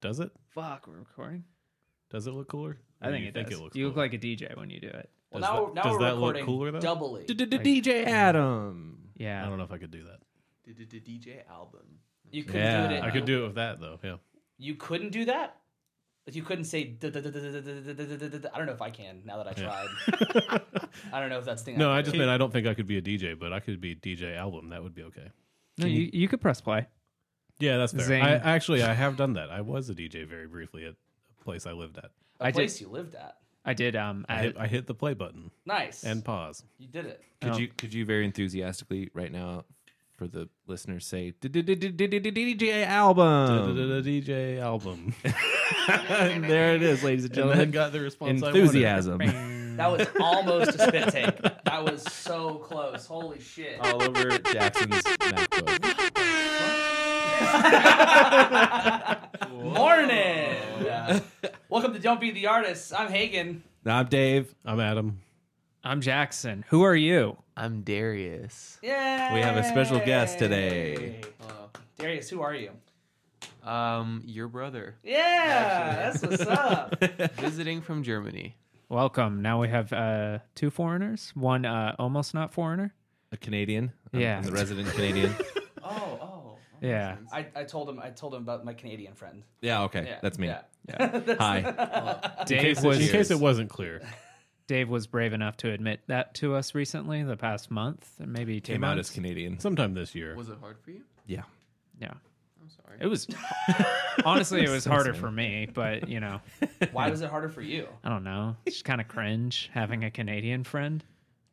Does it? Fuck, we're recording. Does it look cooler? I Or think you it does. looks you look cooler? like a DJ when you do it. Does Well, now, that- now does we're that look recording cooler, though? doubly. DJ Adam. Yeah. I don't know if I could do that. DJ album. You couldn't do Yeah, it. I could do it with that though. Yeah. You couldn't do that. Like, You couldn't say. duh, duh, duh, duh, duh, duh, duh, duh, duh, duh, duh. I don't know if I can now that I tried. I don't know if that's the thing. No, I can just do. meant I don't think I could be a DJ, but I could be DJ album. That would be okay. No, you, you could press play. Yeah, that's fair. Zing. I, actually, I have done that. I was a DJ very briefly at a place I lived at. a I did- place you lived at. I did. Um, I I, hit, I hit the play button Nice. and pause. you did it. Could Oh. you could you very enthusiastically right now for the listeners say DJ album? DJ album. There it is, ladies and And then gentlemen. got the response. I wanted. Enthusiasm That was almost a spit take. That was so close. Holy shit. Oh. all over Jackson's MacBook. Morning. Yeah. Welcome to Don't Be the Artist. I'm Hagen. Now I'm Dave. I'm Adam. I'm Jackson. Who are you? I'm Darius. Yeah. We have a special guest today. Darius, who are you? Um, your brother Yeah, that's what's up. visiting from Germany. Welcome. Now we have uh, two foreigners. One uh, almost not foreigner. A Canadian. Yeah. I'm the resident Canadian. Oh, oh. Yeah. I, I told him I told him about my Canadian friend. Yeah, okay. Yeah, That's me. yeah. Hi. In Dave case, it, was in case it wasn't clear, Dave was brave enough to admit that to us recently. The past month, and maybe two Came out as months. Canadian. sometime this year. Was it hard for you? Yeah. Yeah. I'm sorry. It was honestly, it was harder for me, but you know, Why was it harder for you? I don't know. It's just kind of cringe having a Canadian friend.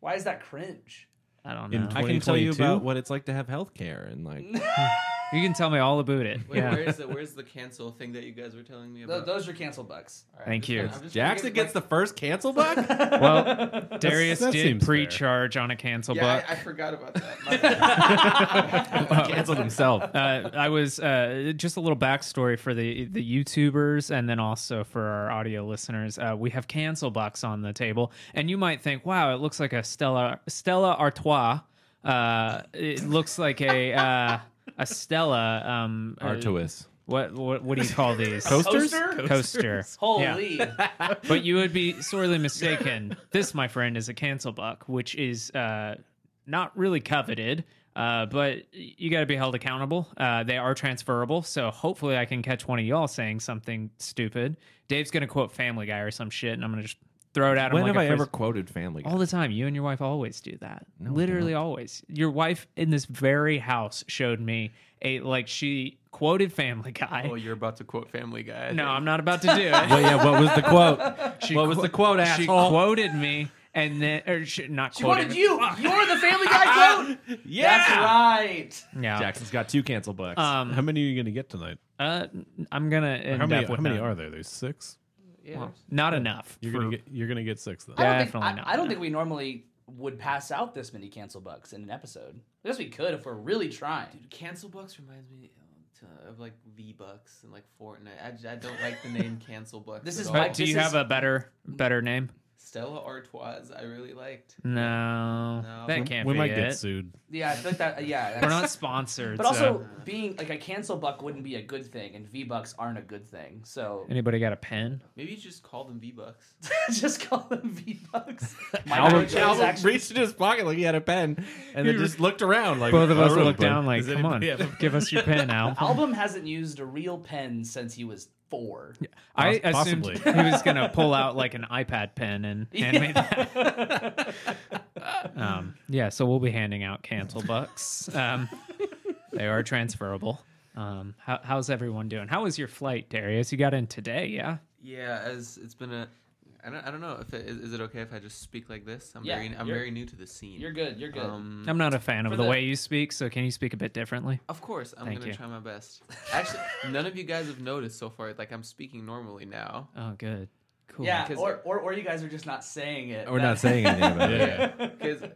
Why is that cringe? I don't In know. I can tell you 2022? about what it's like to have health care and like you can tell me all about it. Wait, yeah. where's the where's the cancel thing that you guys were telling me Th- about? those are canceled bucks. Alright, Thank I'm you. just gonna- I'm just gonna Jackson give it gets the first cancel buck? Well, Darius that did seems fair. pre-charge on a cancel my- Yeah, buck. I, I forgot about that. My bad. Canceled himself. uh, I was uh, just a little backstory for the the YouTubers, and then also for our audio listeners. Uh, we have cancel bucks on the table, and you might think, "Wow, it looks like a Stella Stella Artois. Uh, it looks like a uh, a Stella um, uh, Artois. What, what what do you call these Coasters? Coaster? Coaster. Yeah Holy. but you would be sorely mistaken. This, my friend, is a cancel buck, which is uh, not really coveted. Uh, but you got to be held accountable. Uh, they are transferable, so hopefully I can catch one of y'all saying something stupid. Dave's gonna quote Family Guy or some shit, and I'm gonna just throw it at him. When like have a I ever fris- quoted Family Guy? all the time. You and your wife always do that. Literally always. Your wife in this very house showed me a like she quoted Family Guy. oh, you're about to quote Family Guy. I no, think. I'm not about to do it. Well, yeah, what was the quote? She What was the quote, She asshole? quoted me, and then or she, not She quoted wanted me. you. You're the family guy quote. That's right. Yeah. Jackson's got two cancel bucks. Um. How many are you going to get tonight? Uh, I'm gonna end How many? up How with many none. are there? There's six. Yeah. Not enough. You're for- gonna get. You're gonna get six though. I don't think, Definitely I, not. I don't think we normally would pass out this many cancel bucks in an episode. I guess we could if we're really trying. Cancel Bucks reminds me uh, of, of like V Bucks and like Fortnite. I, j- I don't like the name Cancel Bucks. This at is all. my- But do This you is- have a better better name? Stella Artois. I really liked. Mm. No, No. that We- can't we be might it. get sued. Yeah, I feel like that. Yeah, We're that's- not sponsored. But also, so- being like a cancel buck wouldn't be a good thing, and V bucks aren't a good thing. So anybody got a pen? Maybe you just call them V Bucks. just call them V bucks. My Albert, favorite is actually- reached in his pocket like he had a pen, and You- then just looked around like Both of us "Oh, looked bud." down like, Does "Come on, anybody have a- give us your pen, Al." Album hasn't used a real pen since he was four. I Poss- assumed possibly. he was gonna pull out like an iPad pen and hand me that. um, yeah, so we'll be handing out cancel bucks. Um, they are transferable. Um, how, how's everyone doing? How was your flight, Darius? You got in today, yeah? Yeah, as it's been a. I don't, I don't know if it, is, is it okay if I just speak like this. I'm Yeah, very I'm you're- very new to the scene. You're good. You're good. Um, I'm not a fan of For Mm. the the- way you speak, so can you speak a bit differently? of course, I'm Thank gonna you. try my best. Actually, none of you guys have noticed so far. Like I'm speaking normally now. Oh, good. Cool. yeah, 'cause- or, or or you guys are just not saying it. We're not saying anything about it. Yeah. Because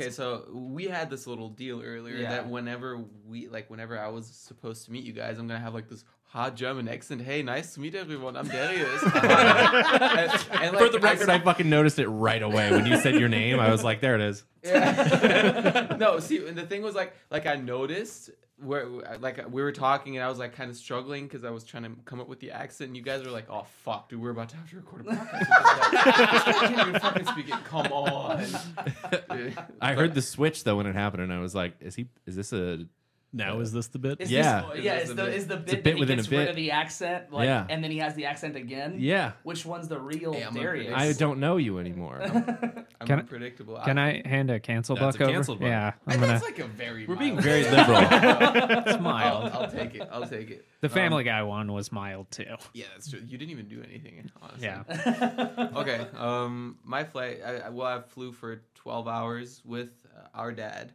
okay, so we had this little deal earlier Yeah. that whenever we like whenever I was supposed to meet you guys, I'm gonna have like this hot German accent. Hey, nice to meet everyone. I'm Darius. and, and, like, For the record, I fucking noticed it right away when you said your name. I was like, there it is. Yeah. no, see, and the thing was like, like I noticed, where like we were talking and I was like kind of struggling because I was trying to come up with the accent and you guys were like, "Oh fuck, dude, we're about to have to record a podcast." I can't even fucking speak it. Come on. Dude. I heard the switch though when it happened, and I was like, "Is he? Is this a? Now is this the bit? Is Yeah. This, yeah. It Is is a the bit. is the a bit, bit that he within a gets rid bit. of the accent? Like, Yeah. And then he has the accent again. Yeah, Which one's the real Hey, I'm a Darius? I don't know you anymore." I'm Can I- unpredictable. Can I hand a cancel That's buck a over? cancel buck. Yeah, I'm And gonna that's like a very. We're being mild- very liberal. it's mild. I'll, I'll take it. I'll take it. The Um, Family Guy one was mild too. yeah, that's true. You didn't even do anything. Honestly. Yeah, okay. Um, my flight. I, I- well, I flew for twelve hours with uh, our dad.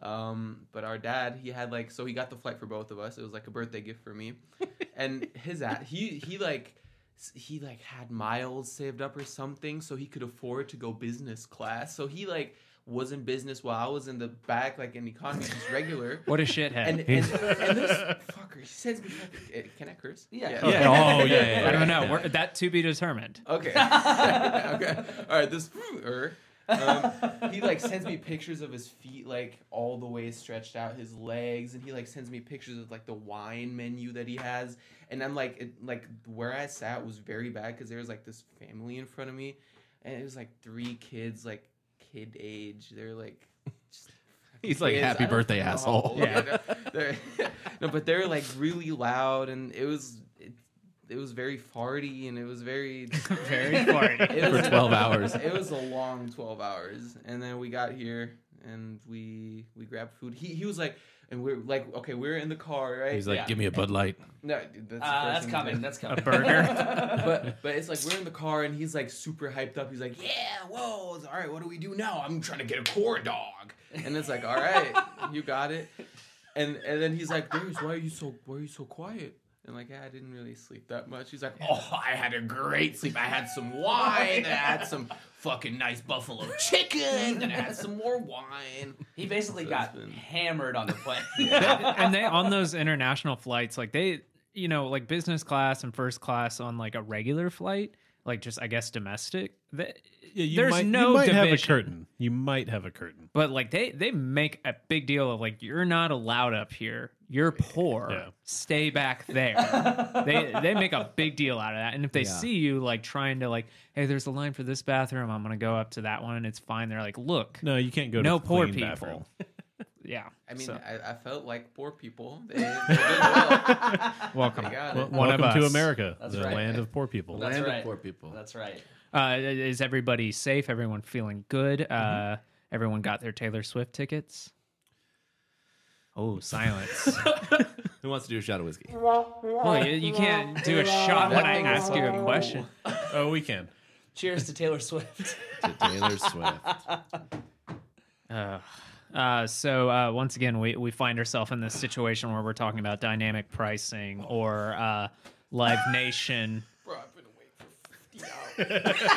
Um, but our dad, he had like, so he got the flight for both of us. It was like a birthday gift for me, and his at he he like s- he like had miles saved up or something, so he could afford to go business class. So he like was in business while I was in the back, like in economy, just regular. what a shithead. And, and, and this fucker, he sends me. eh, Can I curse? Yeah. Yeah. Oh, yeah, yeah, yeah. I don't know. We're, that to be determined. Okay. okay. All right. This. er. Um, he like sends me pictures of his feet like all the way stretched out, his legs, and he like sends me pictures of like the wine menu that he has. And I'm like, it, like where I sat was very bad because there was like this family in front of me, and it was like three kids, like kid age. They're like. just He's like, kids. "Happy I don't birthday, know how asshole." old Yeah. they are. They're- no, but they're like really loud, and it was it, it was very farty, and it was very Very boring. it For 12 hours. It was a long 12 hours. And then we got here and we we grabbed food. He he was like and we're like okay, we're in the car, right? He's like, Yeah. "Give me a Bud Light." no, dude, that's, the Ah, first that's thing he coming. did. That's coming. burger. but but it's like we're in the car and he's like super hyped up. He's like, "Yeah, whoa. It's, all right, what do we do now? I'm trying to get a core dog." And it's like, "All right, you got it." And and then he's like, "Darius, why are you so why are you so quiet?" And like, yeah, I didn't really sleep that much. He's like, "Oh, I had a great sleep. I had some wine. I had some fucking nice buffalo chicken, and I had some more wine." he basically So got it's been- hammered on the plane. and they on those international flights, like they, you know, like business class and first class on like a regular flight, like just I guess domestic. They, Yeah, you there's might, no you might have a division. curtain. You might have a curtain. But like they they make a big deal of like you're not allowed up here. You're poor. Yeah. Stay back there. they they make a big deal out of that. And if they see you like trying to like, hey, there's a line for this bathroom. I'm gonna go up to that one. It's fine. They're like, look, No, you can't go to No the poor clean people. bathroom. yeah. I mean, So, I, I felt like poor people. They, they did well. welcome. They got Well, it. One of welcome to us. America, That's the right. land of poor people. That's Land of right. Poor people. That's right. Uh, is everybody safe? Everyone feeling good? Uh, everyone got their Taylor Swift tickets. Oh, silence. Who wants to do a shot of whiskey? well, you, you can't do a shot when I ask you a question. oh, we can. Cheers to Taylor Swift. To Taylor Swift. Uh, uh, so uh, once again, we, we find ourselves in this situation where we're talking about dynamic pricing or uh, Live Nation. Bro, I've been awake for 50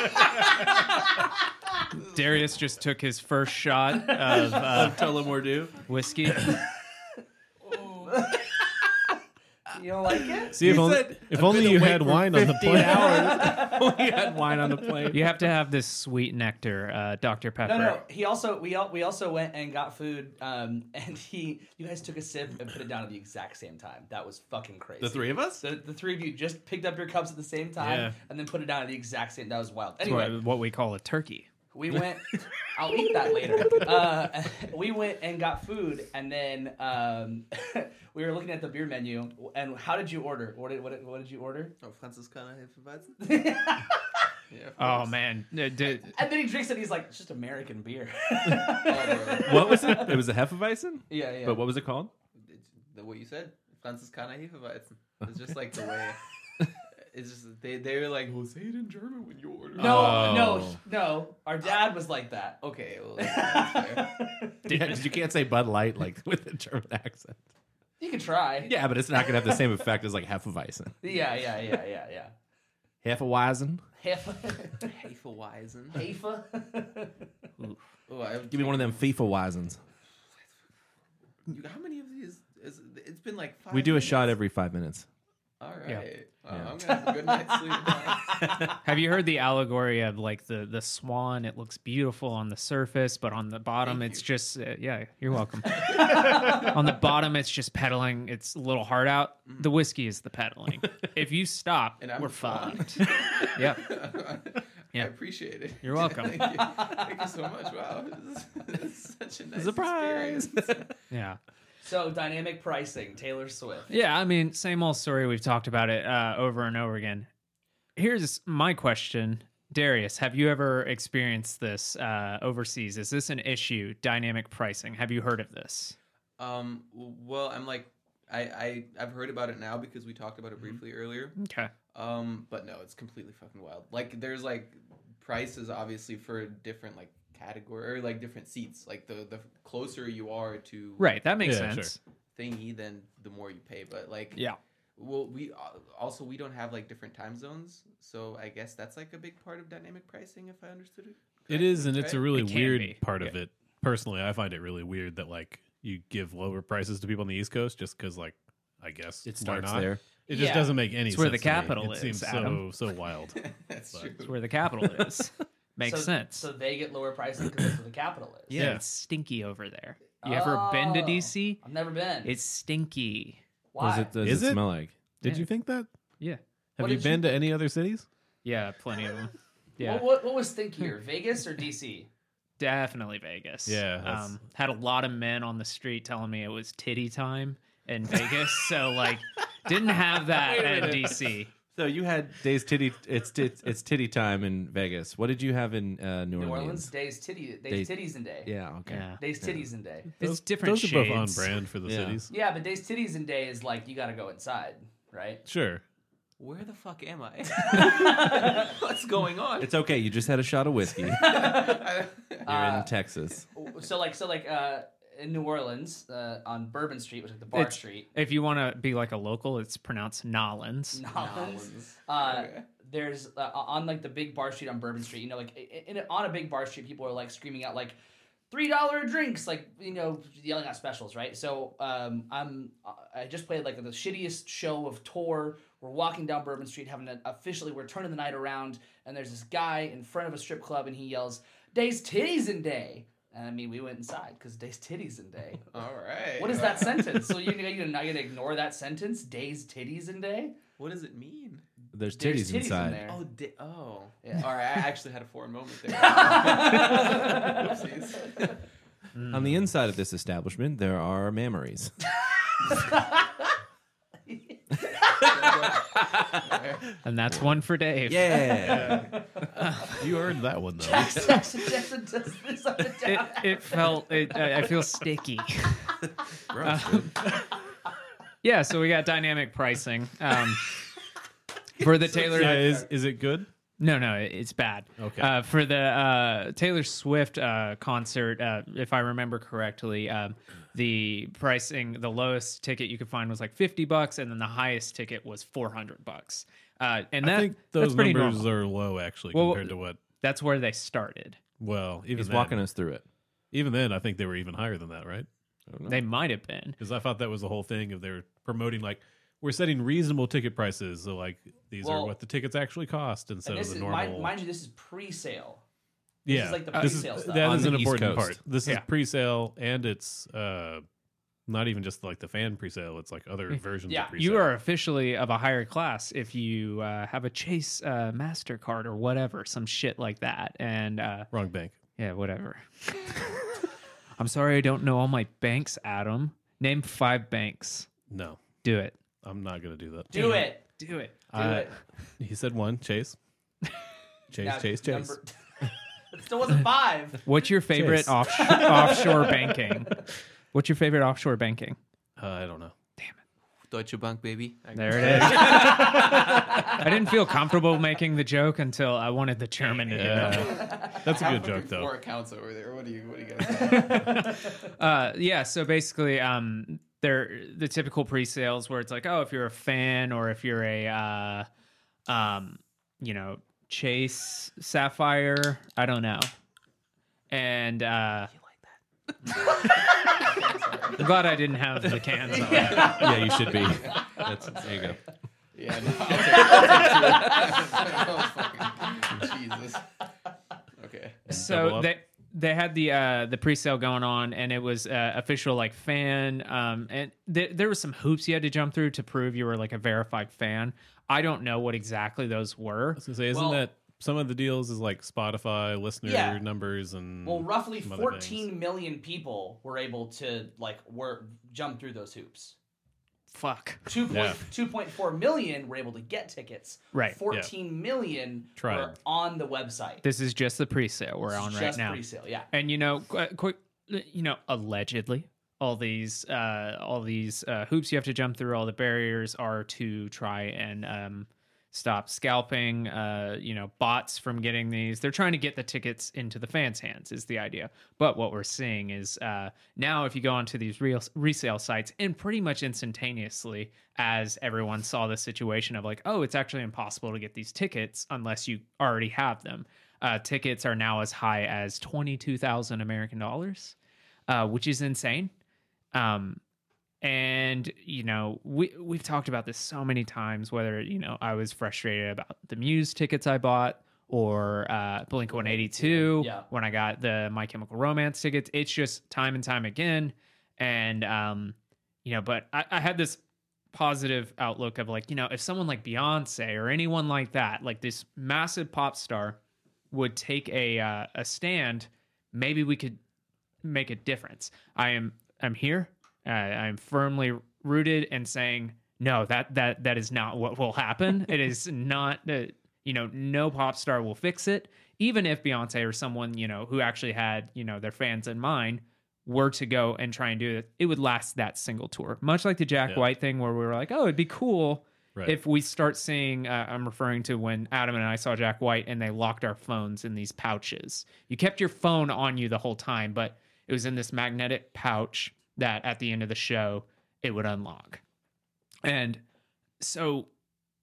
hours. Darius just took his first shot of uh, Tell him we're due. whiskey. You don't like it? See if He only, said, if "I've only been you awake had for wine on the 50 plane. hours. we had wine on the plane. You have to have this sweet nectar, uh, Dr. Pepper. No, no. He also we all, we also went and got food, um, and he you guys took a sip and put it down at the exact same time. That was fucking crazy. The three of us. The, the three of you just picked up your cups at the same time Yeah. and then put it down at the exact same. That was wild. It's Anyway, what, what we call a turkey. We went. I'll eat that later. Uh, we went and got food, and then um, we were looking at the beer menu. And how did you order? What did, what did, what did you order? Oh, Francis Connor, yeah, of Oh, course. man. Uh, d- And then he drinks it. He's like, "It's just American beer. Oh, bro. What was it? It was a Hefeweizen. yeah, yeah. But what was it called? It's the, what you said, Franziskaner Hefeweizen. It's just like the way. It's just they they were like, well, say it in German when you order. no, Oh. no, no. Our dad was like that. Okay. Well, that's fair. Yeah, 'cause you can't say Bud Light like with a German accent. You can try. Yeah, but it's not gonna have the same effect as like Hefeweizen. yeah, yeah, yeah, yeah, yeah. Hefeweizen. Haifa. Hefeweizen. Haifa. Oh, I, Give me one of them FIFA Weizens. you, how many of these? Is, it's been like five. We do a minutes. shot every five minutes. All right. Yeah. Wow, Yeah. I'm gonna have a good night's sleep. now. Have you heard the allegory of like the the swan? It looks beautiful on the surface, but on the bottom, Thank it's just uh, yeah. You're welcome. on the bottom, it's just pedaling its little heart out. The whiskey is the pedaling. if you stop, And I'm we're the swan. fucked. yep. Yeah. I appreciate it. You're welcome. Thank, you. Thank you so much. Wow, this is, this is such a nice Surprise. experience. Yeah. So dynamic pricing, Taylor Swift. Yeah, I mean, same old story. We've talked about it uh, over and over again. Here's my question, Darius: Have you ever experienced this uh, overseas? Is this an issue? Dynamic pricing. Have you heard of this? Um, well, I'm like, I, I I've heard about it now because we talked about it Mm-hmm. briefly earlier. Okay. Um, but no, it's completely fucking wild. Like, there's like prices obviously for different like category or like different seats. Like the the closer you are to Right. That makes Yeah, sense. thingy, then the more you pay. But like, Yeah. Well, we al- also we don't have like different time zones, so I guess that's like a big part of dynamic pricing, if I understood it. It is, and it's a right? really It can weird be. part of it. Personally, I find it really weird that like you give lower prices to people on the East Coast just because like I guess It why starts not? there. It just Yeah. doesn't make any. It's sense where the to me. capital it is, Seems Adam. so so wild. that's But- true. It's where the capital is. Makes so, sense. So they get lower pricing because that's what the capital is. yeah, Yeah. It's stinky over there. You ever been to Oh. DC? I've never been. It's stinky. Why? Does it, does Is it it? smell like? Did Yeah. you think that? Yeah. Have What you did been to any other cities? Yeah. Plenty of them. Yeah. What, what, what was stinkier, Vegas or DC? Definitely Vegas. Yeah, that's- Um, had a lot of men on the street telling me it was titty time in Vegas. so, like, didn't have that at DC. So you had days titty. It's tit, it's titty time in Vegas. What did you have in uh, New, New Orleans? Orleans days titty days Days- titties and day. Yeah. Okay. Yeah. Days titties and day. it's different Those are both on shades. brand for the Yeah. cities. Yeah, but days titties and day is like you got to go inside, right? Sure. Where the fuck am I? What's going on? It's okay. You just had a shot of whiskey. You're I- Uh, in Texas. So like so like uh in New Orleans uh, on Bourbon Street, which is the bar It's- street. If you want to be like a local, it's pronounced Nolans. Nolans. Nolans. Uh, Okay. There's uh, on like the big bar street on Bourbon Street. You know, like i- in, on a big bar street, people are like screaming out like three dollar drinks, like you know, yelling out specials, right? So um, I'm I just played like the shittiest show of tour. We're walking down Bourbon Street, having an officially we're turning the night around, and there's this guy in front of a strip club, and he yells, "Day's titties in day." And I mean, we went inside because day's titties in day. All right. What is that sentence? So you're, you're not gonna ignore that sentence? Day's titties in day. What does it mean? There's There's titties titties, in inside. there. Oh, di- oh. Yeah. All right. I actually had a foreign moment there. Oopsies. On the inside of this establishment, there are mammaries. And that's one for Dave. Yeah. You heard that one though. Jackson, Jackson does this on the It, down. it felt, it, I, I feel sticky. Um, Yeah. So, we got dynamic pricing um, for the Taylor. yeah, is is it good? No, no, it- it's bad. Okay. Uh, for the uh, Taylor Swift uh, concert, uh, if I remember correctly, um, the pricing, the lowest ticket you could find was like fifty bucks, and then the highest ticket was four hundred bucks. Uh, and that, I think that's those pretty numbers normal. are low actually Well, compared to what. That's where they started. Well, even He's then, walking us through it. even then, I think they were even higher than that, right? They Oh. might have been. Because I thought that was the whole thing of they're promoting like we're setting reasonable ticket prices, so like these are Well- what the tickets actually cost instead And of this the is, normal. mind, mind you, this is pre-sale. yeah, is like the This is- pre-sale stuff. that On is the an East important Coast. part. This Yeah. is pre-sale, and it's uh, not even just like the fan pre-sale; it's like other versions. Yeah. of pre-sale. You are officially of a higher class if you uh, have a Chase uh, Mastercard or whatever, some shit like that. And uh, wrong bank. Yeah, whatever. I'm sorry I don't know all my banks, Adam. Name five banks. No, Do it. I'm not gonna do that. Do it. Do it. Do Uh, it. He said one chase, chase, Now, chase, chase. number- it still wasn't five. What's your favorite Chase. off- offshore banking? What's your favorite offshore banking? Uh, I don't know. Deutsche Bank, baby. I There it is. I didn't feel comfortable making the joke until I wanted the German to Yeah. yeah. That's a have good fucking joke though. Four accounts over there. What do you? What do you guys? Uh, yeah. So basically, um, they're the typical pre-sales where it's like, oh, if you're a fan or if you're a, uh, um, you know, Chase Sapphire, I don't know, and uh, I'm glad I didn't have the cans. on. yeah, you should be. That's, there you go. Yeah, no, I'll take, I'll take two. oh, fucking Jesus. Okay. Double so up. they they had the uh the pre-sale going on and it was uh, official like fan um and th- there was some hoops you had to jump through to prove you were like a verified fan i don't know what exactly those were I was gonna say, isn't Well- that some of the deals is like Spotify listener Yeah. numbers and Well, roughly some other things. 14 million people were able to like were jump through those hoops. fuck 2. Yeah. 2.4 million were able to get tickets. Right, yeah. 14 million were Tried. on the website. this is just the pre-sale we're It's on right just now Pre-sale, yeah. and you know qu- quick you know allegedly all these uh all these uh hoops you have to jump through all the barriers are to try and um stop scalping uh you know bots from getting these they're trying to get the tickets into the fans hands is the idea but what we're seeing is uh now if you go onto these real resale sites and pretty much instantaneously as everyone saw the situation of like oh it's actually impossible to get these tickets unless you already have them uh, tickets are now as high as 22,000 American dollars, uh, which is insane. Um, and you know, we we've talked about this so many times. Whether you know, I was frustrated about the Muse tickets I bought, or uh, Blink One Eighty Two Yeah. when I got the My Chemical Romance tickets. It's just time and time again, and um, you know, but I, I had this positive outlook of like, you know, if someone like Beyonce or anyone like that, like this massive pop star, would take a uh, a stand, maybe we could make a difference. I am I'm here. Uh, I'm firmly rooted and saying no. That that that is not what will happen. it is not. Uh, you know, no pop star will fix it. Even if Beyonce or someone you know who actually had you know their fans in mind were to go and try and do it, it would last that single tour. Much like the Jack Yeah. White thing, where we were like, oh, it'd be cool Right. if we start seeing uh, i'm referring to when adam and i saw jack white and they locked our phones in these pouches you kept your phone on you the whole time but it was in this magnetic pouch that at the end of the show it would unlock and so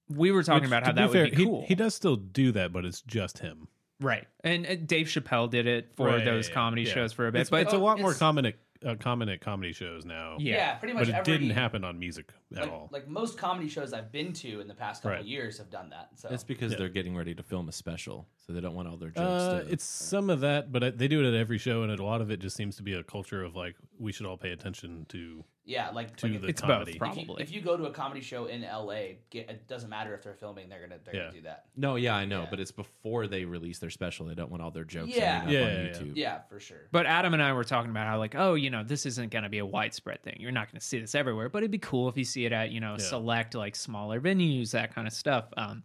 we were talking Which, about to how be that fair, would be he- cool He, does still do that, but it's just him right and uh, dave chappelle did it for Right, those yeah, comedy yeah. shows for a bit It's, but it's a lot more it's- common at uh, common at comedy shows now. Yeah. yeah, pretty much. but it every, didn't happen on music at like, all. Like most comedy shows I've been to in the past couple Right. years have done that. So That's because Yeah. they're getting ready to film a special, so they don't want all their jokes. Uh, to, it's some of that, but I, they do it at every show, and a lot of it just seems to be a culture of like we should all pay attention to yeah, like, to like the it's both, comedy. prob- if you- Probably. If you, go to a comedy show in LA, get, it doesn't matter if they're filming; they're gonna they're Yeah. gonna do that. no, yeah, I know, Yeah. but it's before they release their special. They don't want all their jokes Yeah. ending up Yeah, on yeah, yeah. YouTube. Yeah, for sure. But Adam and I were talking about how like, oh, you know, this isn't going to be a widespread thing. You're not going to see this everywhere, but it'd be cool if you see it at you know Yeah. select like smaller venues, that kind of stuff. Um,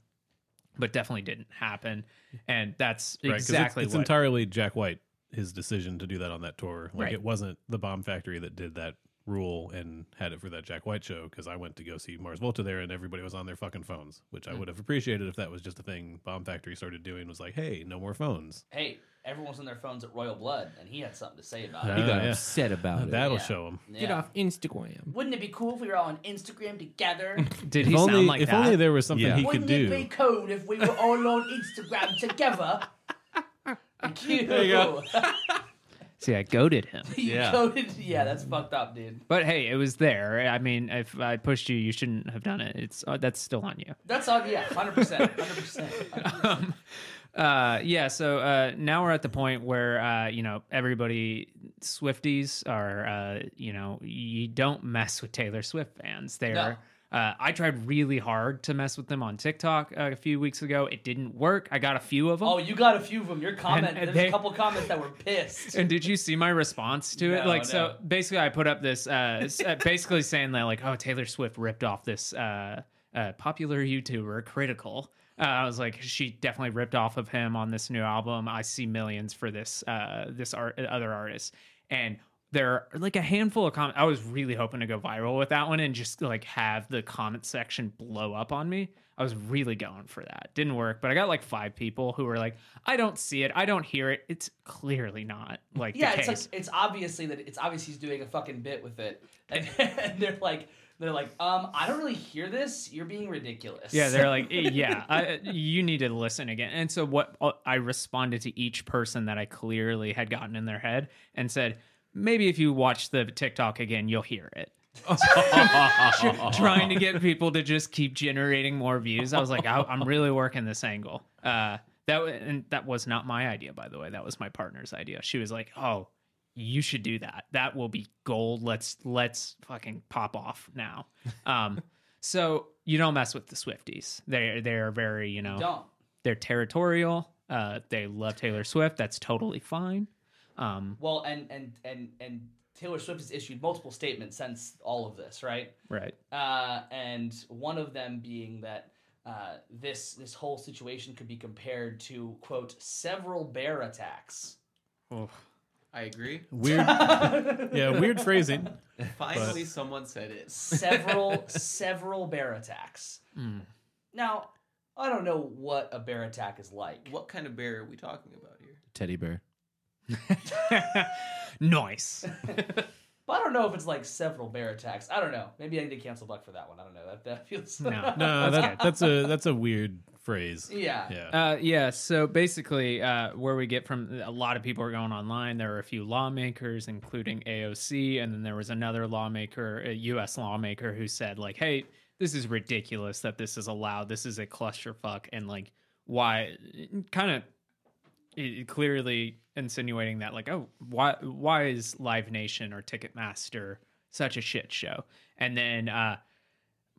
but definitely didn't happen, and that's 'Cause it's- exactly It's, what. entirely Jack White his decision to do that on that tour. Like Right. it wasn't the Bomb Factory that did that rule and had it for that Jack White show because I went to go see Mars Volta there and everybody was on their fucking phones, which Mm. I would have appreciated if that was just a thing Bomb Factory started doing was like, hey, no more phones. hey, everyone was on their phones at Royal Blood, and he had something to say about Yeah. He it. got yeah. upset about it. That'll Yeah. 'em. show them. Yeah. Get off Instagram. Wouldn't it be cool if we were all on Instagram together? Did If he only, sound like if that? only there was something Yeah. he could Wouldn't it be do. cool if we were all on Instagram together? You, there you go. See, I goaded him. Yeah. yeah. Coded, yeah, that's fucked up, dude. But hey, it was there. I mean, if I pushed you, you shouldn't have done it. It's uh, that's still on you. That's all. Yeah, hundred percent, hundred percent. um, uh, yeah, so uh, now we're at the point where uh, you know everybody Swifties are uh, you know you don't mess with Taylor Swift fans. They're uh, I tried really hard to mess with them on TikTok uh, a few weeks ago. It didn't work. I got a few of them. Oh, you got a few of them. Your comment. And- and there's they- a couple comments that were pissed. And did you see my response to it? No, like, so no. basically, I put up this, uh, s- uh, basically saying that, like, oh, Taylor Swift ripped off this uh, uh, popular YouTuber, Critical. Uh, I was like, she definitely ripped off of him on this new album. I see millions for this, uh, this art, other artist, and there are like a handful of comments. I was really hoping to go viral with that one and just like have the comment section blow up on me. I was really going for that. Didn't work, but I got like five people who were like, "I don't see it. I don't hear it. It's clearly not like Yeah, the it's case." like it's obviously that it's obvious he's doing a fucking bit with it, and, and they're like they're like um I don't really hear this. You're being ridiculous. Yeah, they're like, "Eh, yeah, I, you need to listen again. And so what uh, I responded to each person that I clearly had gotten in their head and said, maybe if you watch the TikTok again, you'll hear it. tr- trying to get people to just keep generating more views. I was like, I- I'm really working this angle. Uh, that wa- and that was not my idea, by the way. That was my partner's idea. She was like, "Oh, you should do that. That will be gold. Let's let's fucking pop off now." Um, so you don't mess with the Swifties. They they are very you know Don't. they're territorial. Uh, they love Taylor Swift. That's totally fine. Um, Well, and and and and Taylor Swift has issued multiple statements since all of this, right? right. Uh, and one of them being that uh, this this whole situation could be compared to quote several bear attacks. I agree. Weird. yeah, weird phrasing. Finally, someone said it. several several bear attacks. Hmm. Now, I don't know what a bear attack is like. What kind of bear are we talking about here? Teddy bear. nice. But I don't know if it's like several bear attacks. I don't know. Maybe I need to cancel Buck for that one. I don't know. That that feels No. No, that, that's a that's a weird phrase. yeah. Yeah. Uh, yeah. So basically, uh, where we get from a lot of people are going online. There are a few lawmakers, including AOC, and then there was another lawmaker, a U.S. lawmaker, who said like, "Hey, this is ridiculous that this is allowed. This is a clusterfuck, and like, why?" Kind of it- it clearly insinuating that like oh why why is live nation or ticketmaster such a shit show and then uh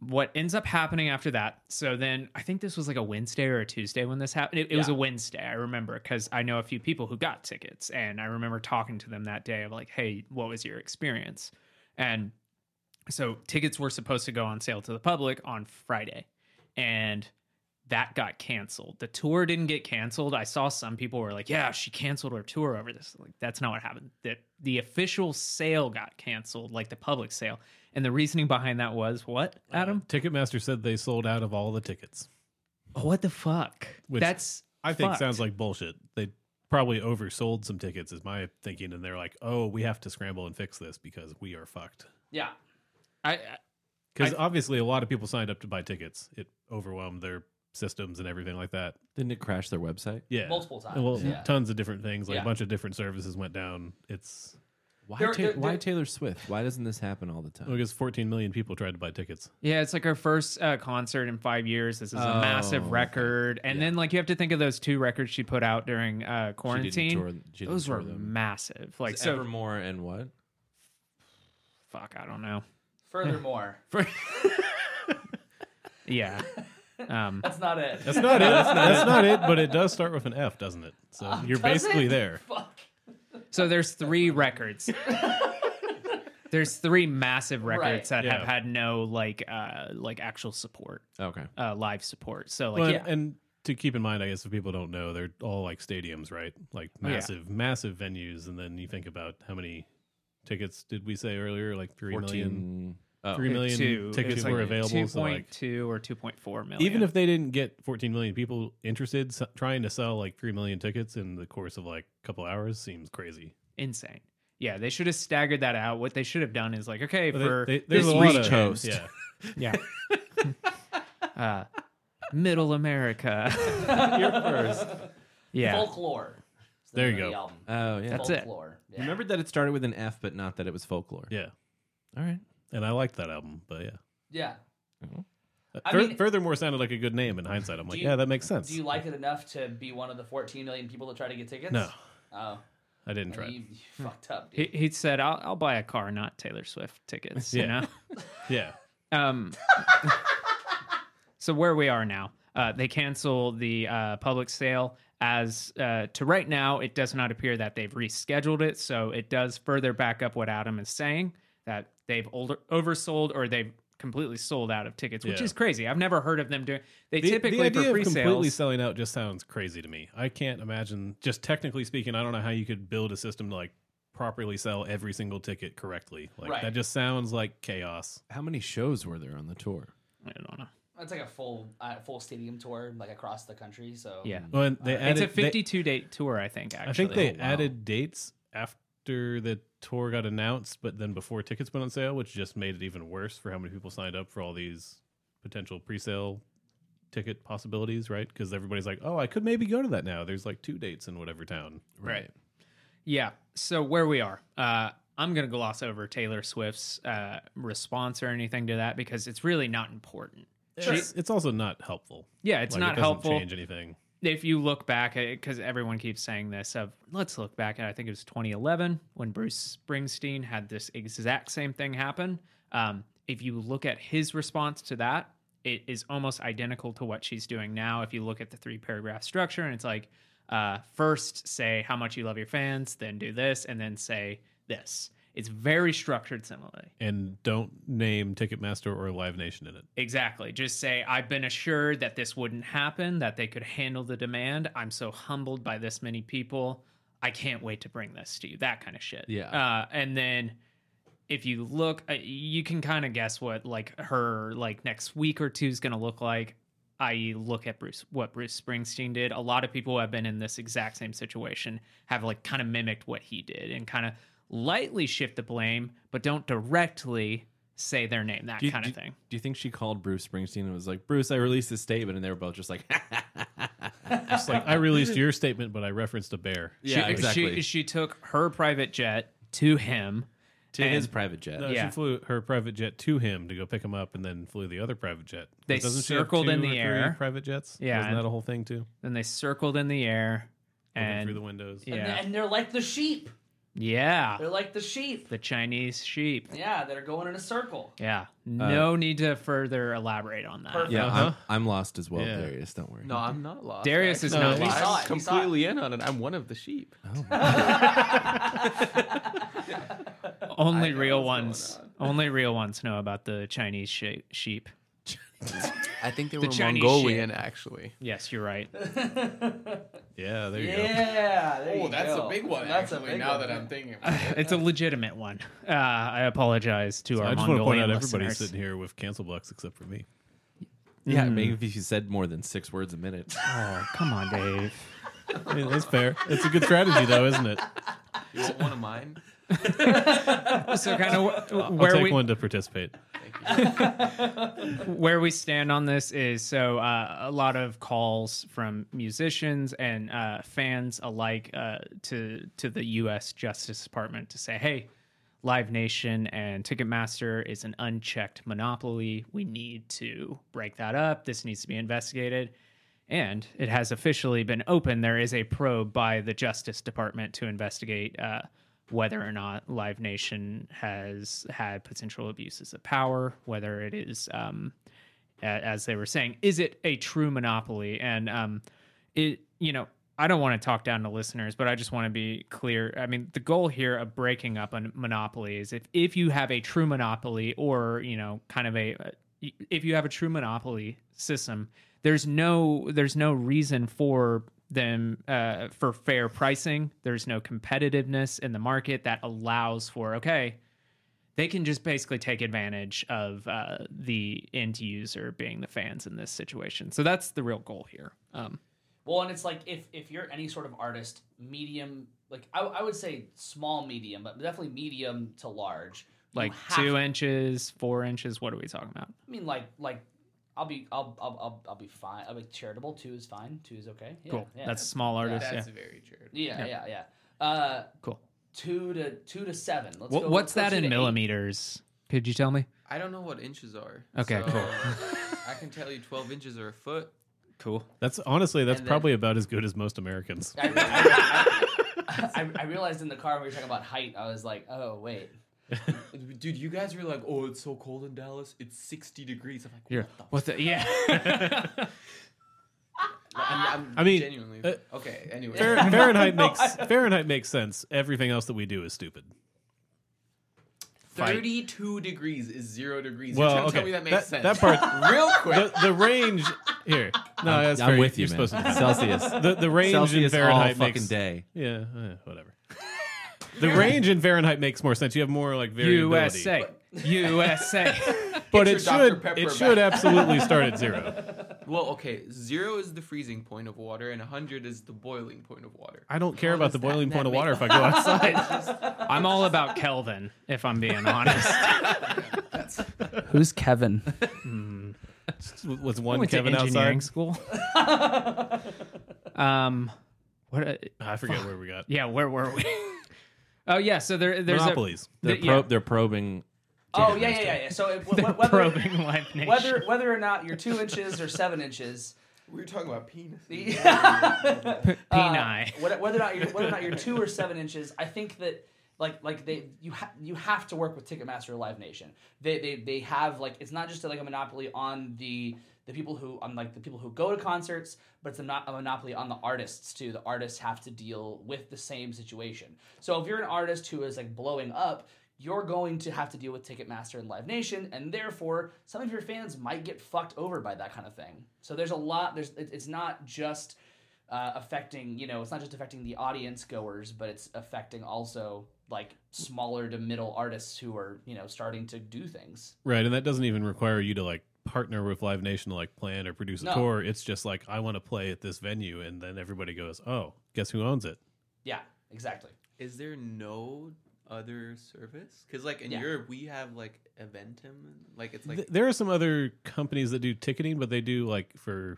what ends up happening after that so then i think this was like a wednesday or a tuesday when this happened it, it was a Yeah. wednesday i remember because i know a few people who got tickets and i remember talking to them that day of like hey what was your experience and so tickets were supposed to go on sale to the public on friday and that got canceled. The tour didn't get canceled. I saw some people were like, "Yeah, she canceled her tour over this." Like that's not what happened. The the official sale got canceled, like the public sale. And the reasoning behind that was what, Adam? Ticketmaster said they sold out of all the tickets. Oh, what the fuck? Which that's I think fucked. sounds like bullshit. They probably oversold some tickets, is my thinking, and they're like, "Oh, we have to scramble and fix this because we are fucked." Yeah. I, I Because I- obviously, a lot of people signed up to buy tickets. It overwhelmed their systems and everything like that. Didn't it crash their website? Yeah, Multiple times, Well, yeah. tons of different things. Like Yeah. a bunch of different services went down. It's Why, There- Ta- there- why there- Taylor Swift? Why doesn't this happen all the time? because 14 million people tried to buy tickets. Yeah, it's like our first uh, concert in five years. This is a Oh, massive okay. record, and then like you have to think of those two records she put out during uh, She didn't quarantine. tour- she didn't those tour were them. massive. Like It's so, Evermore and what? fuck, I don't know. Furthermore, Yeah, um, that's not it. That's not it. That's not, that's not it. But it does start with an F, doesn't it? So you're Does basically it? there. Fuck. So there's three records. there's three massive records that have Yeah. had no like uh like actual support, Okay. uh live support. So like Well, yeah. And to keep in mind, I guess if people don't know, they're all like stadiums, right? Like yeah. massive, massive venues. And then you think about how many tickets did we say earlier? Like three million. Fourteen. Oh. Three million Two- oh, tickets it's, were like available. So like, 2.2 or 2.4 million. even if they didn't get 14 million people interested, s trying to sell like three million tickets in the course of like a couple hours seems crazy. insane. Yeah, they should have staggered that out. What they should have done is like, okay, But they- for they- there's this a lot week- of toast. Yeah, yeah. uh, middle America. You're first. yeah. Folklore. is the There name you of the go. album. Oh yeah. That's it. Folklore. Yeah. Remember that it started with an F, but not that it was folklore. yeah. All right. And I liked that album, but yeah. Yeah. I Fur- mean- furthermore, sounded like a good name in hindsight. I'm like, you- yeah, that makes sense. Do you like it enough to be one of the 14 million people that try to get tickets? No, Oh. I didn't try. You, it. you fucked up, He, dude. he said, I'll, I'll buy a car, not Taylor Swift tickets. You Yeah. know? Yeah, Um, so where we are now, uh, they cancel the uh, public sale. As uh, to right now, it does not appear that they've rescheduled it. So it does further back up what Adam is saying that they've older, oversold or they've completely sold out of tickets, which Yeah. is crazy. I've never heard of them doing. They the, typically the idea for of completely pre-sales. selling out just sounds crazy to me. I can't imagine. Just technically speaking, I don't know how you could build a system to like properly sell every single ticket correctly. Like Right. that just sounds like chaos. How many shows were there on the tour? I don't know. That's like a full uh, full stadium tour, like across the country. So Yeah, Well, and they added, it's a they- 52 date tour, I think. Actually, I think they Oh, wow. added dates after the tour got announced, but then before tickets went on sale, which just made it even worse for how many people signed up for all these potential pre-sale ticket possibilities, right? Because everybody's like, "Oh, I could maybe go to that now." There's like two dates in whatever town. Right. Yeah. So where we are, uh, I'm going to gloss over Taylor Swift's uh, response or anything to that because it's really not important. It's, it's also not helpful. Yeah, it's Like, not it doesn't helpful. Change anything? if you look back because everyone keeps saying this of let's look back at i think it was 2011 when bruce springsteen had this exact same thing happen um, if you look at his response to that it is almost identical to what she's doing now if you look at the three paragraph structure and it's like uh, first say how much you love your fans then do this and then say this it's very structured similarly And don't name Ticketmaster or Live Nation in it. Exactly. Just say, I've been assured that this wouldn't happen, that they could handle the demand. I'm so humbled by this many people. I can't wait to bring this to you. That kind of shit. Yeah. Uh, and then if you look, uh, you can kind of guess what like her like next week or two is going to look like. I look at Bruce, what Bruce Springsteen did. A lot of people who have been in this exact same situation have like kind of mimicked what he did and kind of lightly shift the blame, but don't directly say their name. That Do you- kind do of you- thing. Do you think she called Bruce Springsteen and was like, Bruce, I released this statement? And they were both just like, It's like I released your statement, but I referenced a bear. Yeah, she, exactly. She, she took her private jet to him. to And- his private jet. No, Yeah. Uh, she flew her private jet to him to go pick him up, and then flew the other private jet. 'Cause They she have circled two in the or three air. Private jets. Yeah, wasn't and- that a whole thing too? Then they circled in the air, Looking and through the windows. yeah, And, they- and they're like the sheep. yeah, They're like the sheep. the Chinese sheep. Yeah, that are going in a circle. Uh, Yeah, no need to further elaborate on that. Perfect. Yeah, Uh-huh. I'm, I'm lost as well, Yeah. Darius. Don't worry. No, I'm not lost. Darius is actually. not No, I'm he saw it, he saw completely in on it. I'm one of the sheep. Only know real what's going ones, on. only real ones know about the Chinese she- sheep. I think they The were Chinese Mongolian, actually. Yes, you're right. Yeah, there you go. Yeah. Oh, there you go. That's a big one. thinking about it. It's a legitimate one. Uh, I apologize to our I just want to point Mongolian out everybody's listeners. sitting here with cancel blocks except for me. Yeah, maybe if you said more than six words a minute. Oh, come on, Dave. I mean, that's fair. It's a good strategy though, isn't it? You want one of mine? so kind of I'll where take we one to participate. where we stand on this is so uh, a lot of calls from musicians and uh, fans alike uh, to to the U.S. Justice Department to say, hey, Live Nation and Ticketmaster is an unchecked monopoly. We need to break that up. This needs to be investigated. And it has officially been open. There is a probe by the Justice Department to investigate uh, whether or not Live Nation has had potential abuses of power, whether it is, um, a- as they were saying, is it a true monopoly? And um, it, you know, I don't want to talk down to listeners, but I just want to be clear. I mean, the goal here of breaking up a monopoly is if if you have a true monopoly, or you know, kind of a uh, if you have a true monopoly system, there's no there's no reason for them uh, for fair pricing. There's no competitiveness in the market that allows for okay, they can just basically take advantage of uh, the end user being the fans in this situation. So that's the real goal here. Um, Well, and it's like if if you're any sort of artist, medium, like I, I would say small medium, but definitely medium to large. you like have two to- inches, four inches. What are we talking about? I mean, like like I'll be I'll I'll I'll, I'll be fine. I'll be charitable. Two is fine. Two is okay. Yeah, Cool. Yeah. That's small artist. Yeah. That's very charitable. yeah yeah yeah. Uh, Cool. two to two to seven. Let's What, go, what's let's that go two in to eight. millimeters? Could you tell me? I don't know what inches are. Okay, so cool. I can tell you 12 inches are a foot. Cool. That's honestly that's And then- probably about as good as most Americans. I, I, I, I realized in the car when we were talking about height, I was like, oh wait, Dude, you guys were like, oh, it's so cold in Dallas. It's 60 degrees. I'm like, You're, what the? Yeah. I'm, I'm I mean, genuinely. uh, okay, anyway. Fahr- Fahrenheit makes Fahrenheit makes sense. Everything else that we do is stupid. 32 degrees is zero degrees. Well, You're trying to tell okay, me that makes that- sense. that Real quick. The, the range here. No, I'm, that's I'm fair. with you, You're man. supposed to- Celsius. the the range in Celsius Fahrenheit all makes fucking day. Yeah, eh, whatever. The range in Fahrenheit makes more sense. You have more like variability. USA. USA. but Get it your Dr. should Pepper it back. should absolutely start at zero. Well, okay, zero is the freezing point of water, and 100 is the boiling point of water. I don't care How about does the that- boiling that point of make- water if I go outside. I'm all about Kelvin, if I'm being honest. who's Kevin? Was I one went to Kevin engineering outside? school. um, what? A, uh, Ah, I forget where we got. yeah, where were we? Oh yeah, so there there's a, Monopolies. They're, The- pro- yeah. they're probing. Oh Jacob yeah, yeah, Nesta. yeah, yeah. So it, wh- wh- whether probing Live Nation. whether whether or not you're two inches or seven inches, We were talking about penis. Yeah. Peni. Uh, whether whether or not you're whether or not you're two or seven inches, I think that like like they you ha- you have to work with Ticketmaster or Live Nation. They they they have like it's not just like a monopoly on the the people who on like the people who go to concerts, but it's a, not, a monopoly on the artists too. The artists have to deal with the same situation. So if you're an artist who is like blowing up, you're going to have to deal with Ticketmaster and Live Nation, and therefore some of your fans might get fucked over by that kind of thing. So there's a lot. There's it- it's not just uh, affecting you know it's not just affecting the audience goers, but it's affecting also like smaller to middle artists who are you know starting to do things. Right, and that doesn't even require you to like partner with Live Nation to like plan or produce a No. tour. It's just like I want to play at this venue, and then everybody goes, "Oh, guess who owns it?" Yeah, exactly. Is there no other service? Because like in Yeah. Europe, we have like Eventim, like it's like Th- there are some other companies that do ticketing, but they do like for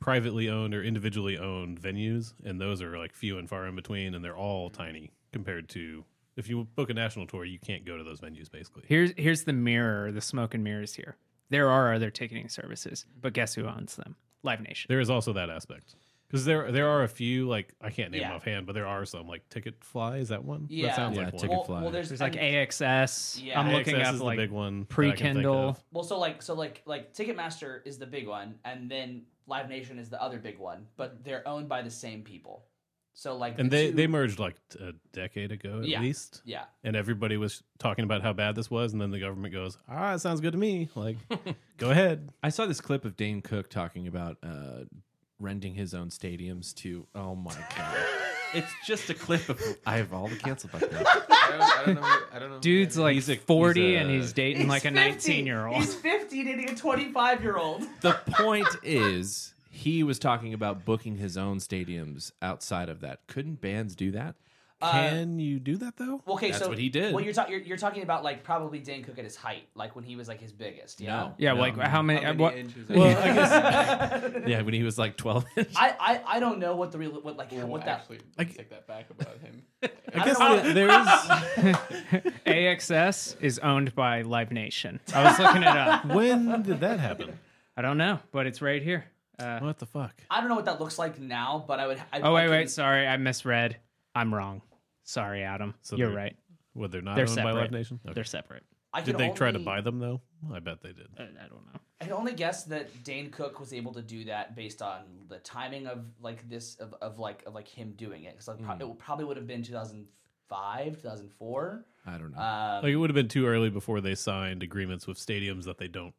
privately owned or individually owned venues, and those are like few and far in between, and they're all tiny compared to if you book a national tour, you can't go to those venues basically. Here's here's the mirror, the smoke and mirrors here. There are other ticketing services, but guess who owns them? Live Nation. There is also that aspect because there there are a few like I can't name Yeah. offhand, but there are some like Ticket Fly. Is that one? Yeah. that sounds Yeah, like one. Ticket Well, fly. well, there's, There's like a AXS. Yeah. I'm looking AXS up is the like big one. that I can think pre-Kindle. of. well, so like so like like Ticketmaster is the big one, and then Live Nation is the other big one, but they're owned by the same people. So like And the they two- they merged like t- a decade ago at Yeah. least, yeah and everybody was talking about how bad this was, and then the government goes, "Ah, it sounds good to me." Like, go ahead. I saw this clip of Dane Cook talking about uh, renting his own stadiums to. Oh my god! it's just a clip of. I have all the cancel buttons. I don't, I don't know. who- I don't know. who Dude's that like He's a- he's 40 a- and he's dating like a 19 year old. He's fifty dating a twenty five year old. the point is, he was talking about booking his own stadiums outside of that. Couldn't bands do that? Can you do that though? Okay, That's so Uh, what he did. Well, you're, ta- you're you're talking about like probably Dane Cook at his height, like when he was like his biggest. You know? Yeah, like how is. many? uh, How many what, inches are Well, there? I guess. yeah, when he was like twelve. I, I I don't know what the real what like Ooh, what that. actually, I- take that back about him. I guess don't know. th- there is AXS is owned by Live Nation. I was looking it up. when did that happen? I don't know, but it's right here. Uh, What the fuck? I don't know what that looks like now, but I would. I, oh wait, I can- wait, sorry, I misread. I'm wrong. Sorry, Adam. So You're they're- right. Were they not They're owned by Live separate. Nation? Okay. They're separate. I Did can they try to only- buy them though? I bet they did. I, I don't know. I can only guess that Dane Cook was able to do that based on the timing of like this of, of like of like him doing it because like pro- Mm. it probably would have been 2005, 2004. I don't know. Um, Like it would have been too early before they signed agreements with stadiums that they don't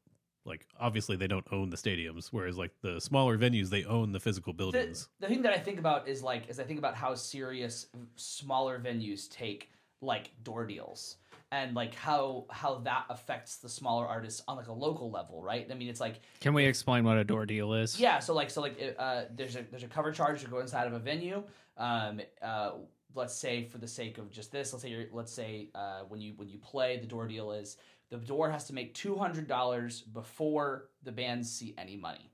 like. Obviously, they don't own the stadiums, whereas like the smaller venues, they own the physical the, buildings. the thing that I think about is like is I think about how serious smaller venues take like door deals and like how how that affects the smaller artists on like a local level, right? I mean, it's like Can we explain what a door deal is? yeah, so like so like uh, there's a there's a cover charge to go inside of a venue. Um, uh, let's say for the sake of just this, let's say you're, let's say uh, when you when you play, the door deal is the door has to make two hundred dollars before the bands see any money.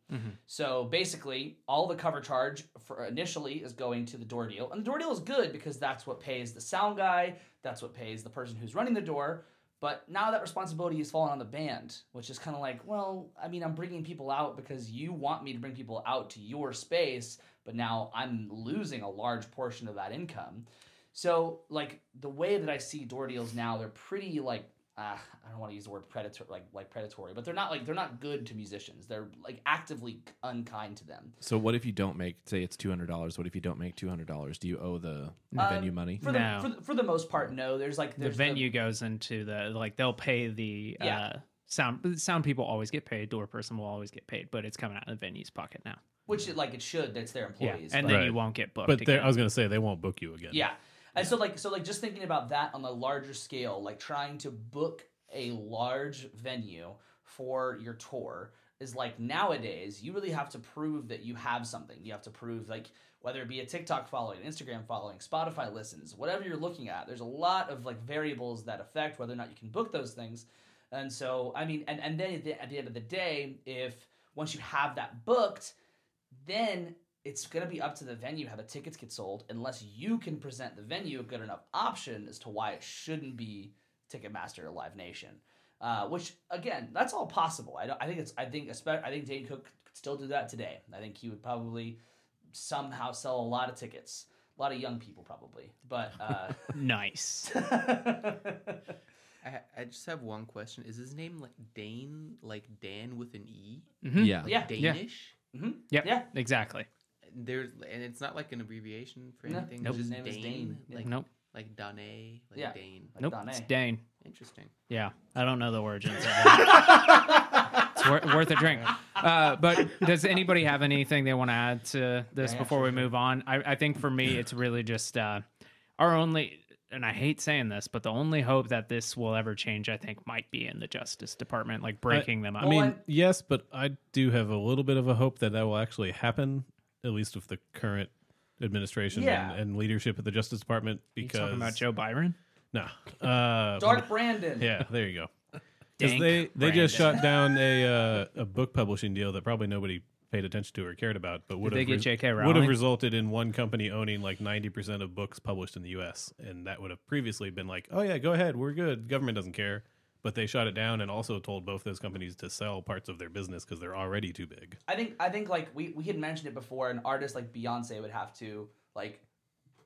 So basically, all the cover charge for initially is going to the door deal, and the door deal is good because that's what pays the sound guy, that's what pays the person who's running the door. But now that responsibility is falling on the band, which is kind of like, well, I mean, I'm bringing people out because you want me to bring people out to your space, but now I'm losing a large portion of that income. So, like the way that I see door deals now, they're pretty like ah, I don't want to use the word predatory, like like predatory, but they're not like they're not good to musicians. They're like actively unkind to them. so what if you don't make? Say it's two hundred dollars. What if you don't make two hundred dollars? Do you owe the venue money? For the, No. for, the, for the most part, no. There's like the there's venue goes into the like they'll pay the Yeah. uh, sound sound people always get paid. Door person will always get paid, but it's coming out of the venue's pocket now. which it, like it should. That's their employees. and but- then Right. you won't get booked. But they- again. I was gonna say they won't book you again. Yeah. And so like so like just thinking about that on a larger scale, like trying to book a large venue for your tour is like nowadays you really have to prove that you have something. You have to prove like whether it be a TikTok following, Instagram following, Spotify listens, whatever you're looking at. There's a lot of like variables that affect whether or not you can book those things. And so I mean and and then at the, at the end of the day, if once you have that booked, then it's going to be up to the venue how the tickets get sold unless you can present the venue a good enough option as to why it shouldn't be Ticketmaster or Live Nation. Uh, which again, that's all possible. I, don't, I think it's I think espe- I think Dane Cook could still do that today. I think he would probably somehow sell a lot of tickets, a lot of young people probably. But Nice. uh, I, ha- I just have one question. Is his name like Dane, like Dan with an E? hmm. Yeah. yeah, Yeah. Danish? Mhm. Yep. yeah. Mm-hmm. Exactly. And There's and it's not like an abbreviation for No, anything. nope. It's just His name is Dane, Dane, yeah. like Nope. like Dane, like Yeah. Dane. Like Nope. Dane. It's Dane. Interesting. Yeah, I don't know the origins. Of that. it's wor- worth a drink. Uh, but does anybody have anything they want to add to this Yeah, before sure, we move on? I, I think for me, it's really just uh, our only, and I hate saying this, but the only hope that this will ever change, I think, might be in the Justice Department, like breaking them up. I mean, and- yes, but I do have a little bit of a hope that that will actually happen, at least with the current administration Yeah. and, and leadership at the Justice Department. you Because talking about Joe Byron? no, uh, Dark Brandon. Yeah, there you go. 'Cause Dank they they just Brandon. shut down a uh, a book publishing deal that probably nobody paid attention to or cared about, but would they have get J.K. would have Rowling? resulted in one company owning like ninety percent of books published in the U.S. and that would have previously been like, oh yeah, go ahead, we're good, government doesn't care. But they shot it down and also told both those companies to sell parts of their business because they're already too big. I think I think like we, we had mentioned it before, an artist like Beyonce would have to like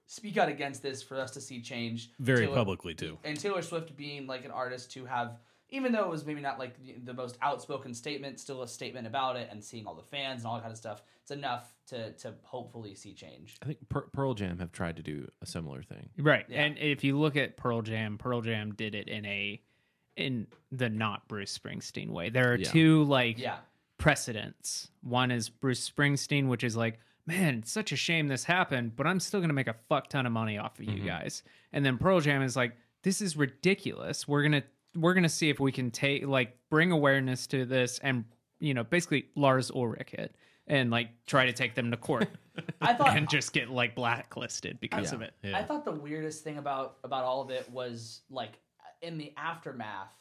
speak out against this for us to see change. Very Taylor- publicly too. And Taylor Swift being like an artist to have even though it was maybe not like the- the most outspoken statement, still a statement about it and seeing all the fans and all that kind of stuff, it's enough to to hopefully see change. I think per- Pearl Jam have tried to do a similar thing. Right. Yeah. And if you look at Pearl Jam, Pearl Jam did it in a in the not Bruce Springsteen way. There are Yeah. two like Yeah. precedents. One is Bruce Springsteen, which is like, man, it's such a shame this happened, but I'm still gonna make a fuck ton of money off of you guys. And then Pearl Jam is like, this is ridiculous. We're gonna we're gonna see if we can take like bring awareness to this and you know basically Lars Ulrich it and like try to take them to court I thought and just get like blacklisted because of it. Yeah. I thought the weirdest thing about about all of it was like in the aftermath,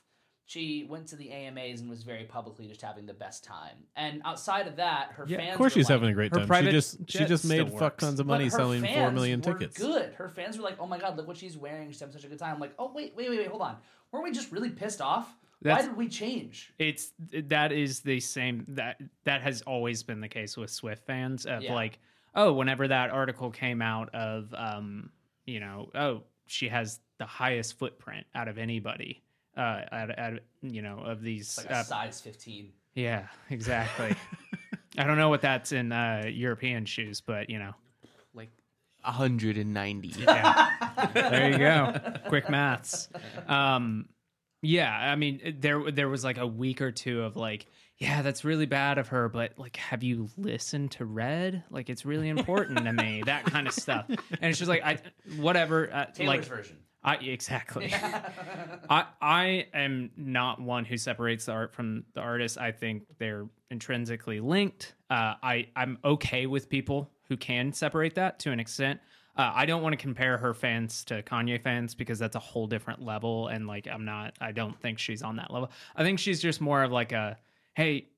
she went to the AMAs and was very publicly just having the best time. And outside of that, her fans Of course, were she's like- having a great her time. She private just she jet just still made fuck works. tons of but money her selling four fans million were tickets. Good. Her fans were like, "Oh my god, look what she's wearing! She's having such a good time." I'm like, "Oh wait, wait, wait, wait, hold on. Weren't we just really pissed off? That's- Why did we change?" it's that is the same that that has always been the case with swift fans of Yeah. like oh whenever that article came out of um you know oh she has the highest footprint out of anybody uh out, out you know of these It's like uh, a size 15. yeah exactly i don't know what that's in uh european shoes but you know Like 190. there you go. Quick maths. Um, yeah, I mean, there there was like a week or two of like, yeah, that's really bad of her, but like, have you listened to Red? Like, it's really important to me. That kind of stuff. And she's like, I whatever. Uh, Taylor's like, version. I exactly. I I am not one who separates the art from the artist. I think they're intrinsically linked. Uh, I I'm okay with people who can separate that to an extent. Uh, I don't want to compare her fans to Kanye fans because that's a whole different level, and like I'm not. I don't think she's on that level. I think she's just more of like a hey.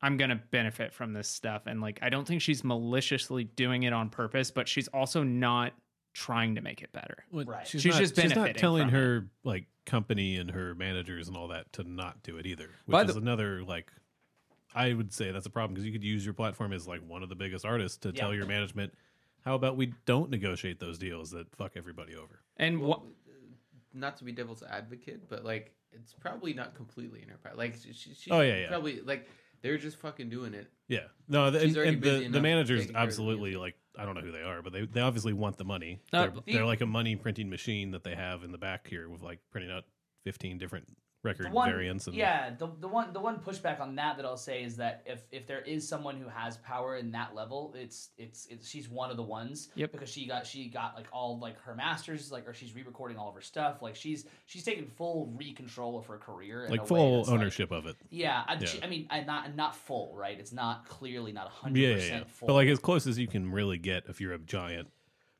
I'm gonna benefit from this stuff, and like I don't think she's maliciously doing it on purpose, but she's also not trying to make it better. Well, Right. She's, She's not, just she's not benefiting telling from her like company and her managers and all that to not do it either, which By is the- another like I would say that's a problem because you could use your platform as like one of the biggest artists to tell Yeah. your management, how about we don't negotiate those deals that fuck everybody over. And what? not to be devil's advocate, but like it's probably not completely in her power. Like she, she, she Oh, yeah, yeah. probably like they're just fucking doing it. Yeah, no, the, She's and, already and busy the, the enough managers taking care of the absolutely like I don't know who they are, but they they obviously want the money. No, they're, but the- they're like a money printing machine that they have in the back here with like printing out fifteen different record variants and yeah the, the one the one pushback on that that i'll say is that if if there is someone who has power in that level it's it's, it's she's one of the ones Yep. because she got she got like all like her masters like or she's re-recording all of her stuff like she's she's taking full re-control of her career in a like way full that's, like- ownership of it. yeah, I, Yeah. she- I mean i not not full right it's not clearly not 100% yeah, yeah, yeah. full but like as close as you can really get if you're a giant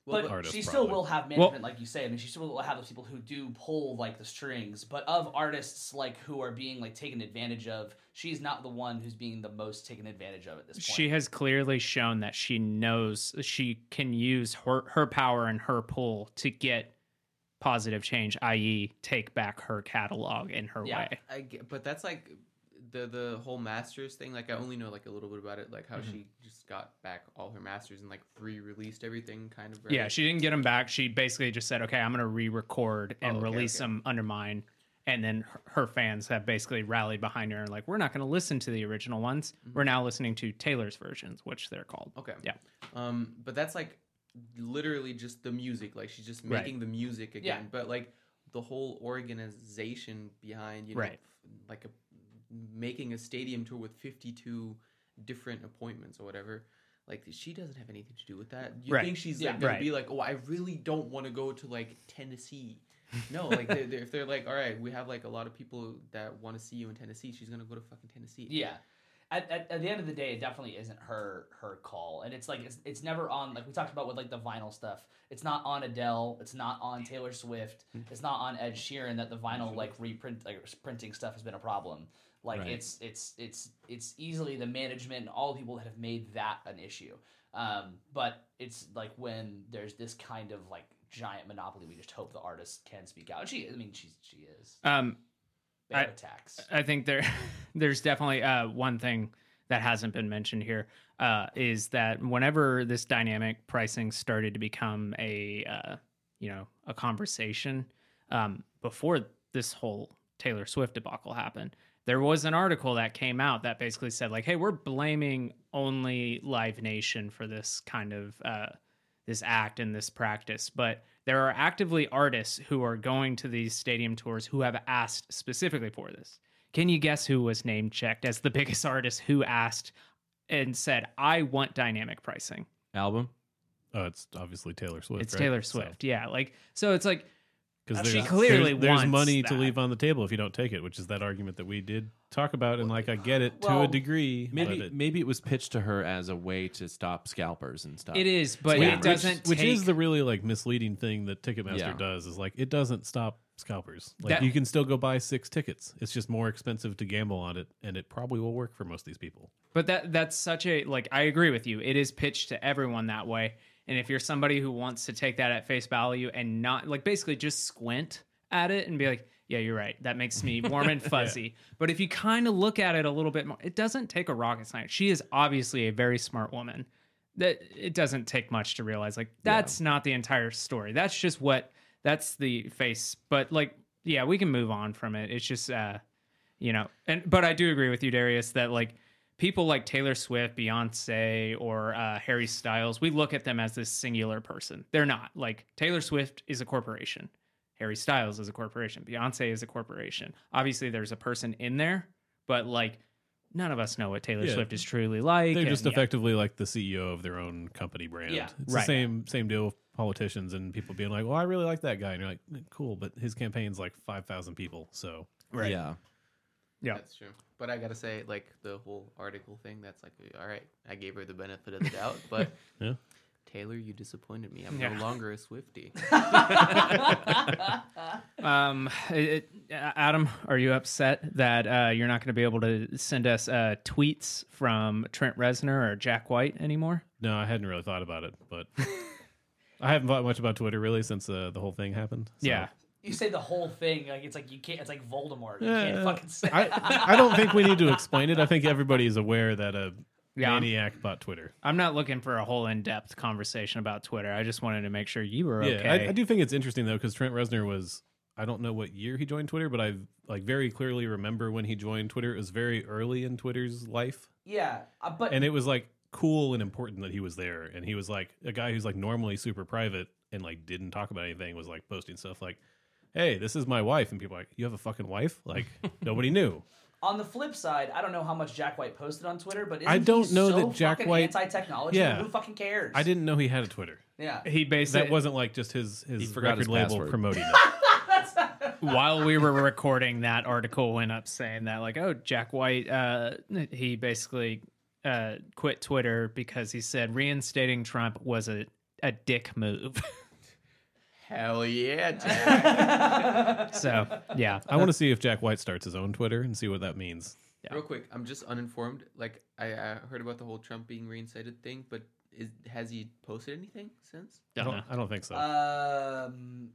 But Artists, she still probably. will have management, like you say. I mean, she still will have those people who do pull like the strings. But of artists like who are being like taken advantage of, she's not the one who's being the most taken advantage of at this point. She has clearly shown that she knows she can use her, her power and her pull to get positive change, i.e., take back her catalog in her Yeah. way. I get, but that's like the the whole masters thing. Like I only know like a little bit about it, like how she just got back all her masters and like re-released everything, kind of. Right? Yeah, she didn't get them back. She basically just said, "Okay, I'm going to re-record and Oh, okay, release okay. them under mine." And then her, her fans have basically rallied behind her and like, "We're not going to listen to the original ones. Mm-hmm. We're now listening to Taylor's versions, which they're called." Okay. Yeah. Um, but that's like literally just the music. Like she's just Right. making the music Yeah. again. But like the whole organization behind, you know, Right. f- like a, making a stadium tour with fifty-two different appointments or whatever. Like she doesn't have anything to do with that. You Right. think she's Yeah. like, gonna Right. be like, oh, I really don't want to go to like Tennessee. No, like they're, they're, if they're like, all right, we have like a lot of people that want to see you in Tennessee. She's gonna go to fucking Tennessee. Yeah. At, at, at the end of the day, it definitely isn't her her call, and it's like it's it's never on like we talked about with like the vinyl stuff. It's not on Adele. It's not on Taylor Swift. It's not on Ed Sheeran that the vinyl like reprint like printing stuff has been a problem. Like Right. it's it's it's it's easily the management and all the people that have made that an issue. Um, but it's like when there's this kind of like giant monopoly, we just hope the artist can speak out. She, I mean, she's she is. Um, They have I- attacks. I think there, there's definitely uh, one thing that hasn't been mentioned here uh, is that whenever this dynamic pricing started to become a, uh, you know, a conversation um, before this whole Taylor Swift debacle happened, there was an article that came out that basically said like, hey, we're blaming only Live Nation for this kind of uh, this act and this practice, but there are actively artists who are going to these stadium tours who have asked specifically for this. Can you guess who was name checked as the biggest artist who asked and said, I want dynamic pricing? Album. Oh, it's obviously Taylor Swift. it's right? Taylor Swift. Yeah. Like, so it's like, Because She clearly there's, there's wants money to that. leave on the table if you don't take it, which is that argument that we did talk about. And like, I get it Well, to a degree, Maybe but it, maybe it was pitched to her as a way to stop scalpers and stuff. it is, but Yeah. it Which- doesn't Oh. which is take- the really like misleading thing that Ticketmaster Yeah. does is like it doesn't stop scalpers. Like That- you can still go buy six tickets. It's just more expensive to gamble on it, and it probably will work for most of these people. But that that's such a like I agree with you. It is pitched to everyone that way. And if you're somebody who wants to take that at face value and not like basically just squint at it and be like, yeah, you're right. That makes me warm and fuzzy. But if you kind of look at it a little bit more, it doesn't take a rocket science. She is obviously a very smart woman. That it doesn't take much to realize like that's not the entire story. That's just what that's the face. But like yeah, we can move on from it. It's just uh you know and but i do agree with you darius that like people like taylor swift beyonce or uh, harry styles we look at them as this singular person they're not like taylor swift is a corporation harry styles is a corporation beyonce is a corporation obviously there's a person in there but like none of us know what taylor Yeah. swift is truly like They're and- just yeah. effectively like the CEO of their own company brand. Yeah. It's Right. the same same deal with politicians and people being like, "Well, I really like that guy," and you're like, "Eh, "Cool," but his campaign's like five thousand people, so Right. Yeah. Yeah. That's true. But I gotta say, like the whole article thing, that's like, all right, I gave her the benefit of the doubt, but Yeah. Taylor, you disappointed me. I'm Yeah. no longer a Swifty. um it, it- adam are you upset that uh, you're not going to be able to send us uh, tweets from trent reznor or jack white anymore no, I hadn't really thought about it, but I haven't thought much about Twitter really since uh, the whole thing happened. so. yeah You say the whole thing like it's like you can't. It's like Voldemort. You Yeah. can't fucking say. I, I don't think we need to explain it. I think everybody is aware that a Yeah. maniac bought Twitter. I'm not looking for a whole in-depth conversation about Twitter. I just wanted to make sure you were okay. Yeah, I, I do think it's interesting though because Trent Reznor was I don't know what year he joined Twitter, but I like very clearly remember when he joined Twitter. It was very early in Twitter's life, yeah, uh, but and it was like cool and important that he was there. And he was like a guy who's like normally super private and like didn't talk about anything was like posting stuff like, "Hey, this is my wife," and people are like, "You have a fucking wife?" Like nobody knew. on the flip side, I don't know how much Jack White posted on Twitter, but I isn't don't he know so that Jack fucking White- anti-technology. Yeah. who fucking cares? I didn't know he had a Twitter. Yeah, He basically That wasn't like just his He his forgot record his label password. promoting it. while we were recording that article went up saying that like oh Jack White uh, he basically uh, quit Twitter because he said reinstating Trump was a a dick move. Hell yeah, Jack. so yeah, I want to see if Jack White starts his own Twitter and see what that means. Yeah. Real quick, I'm just uninformed. Like I, I heard about the whole Trump being reinstated thing, but is, has he posted anything since? I don't don't, know. I don't think so. Um,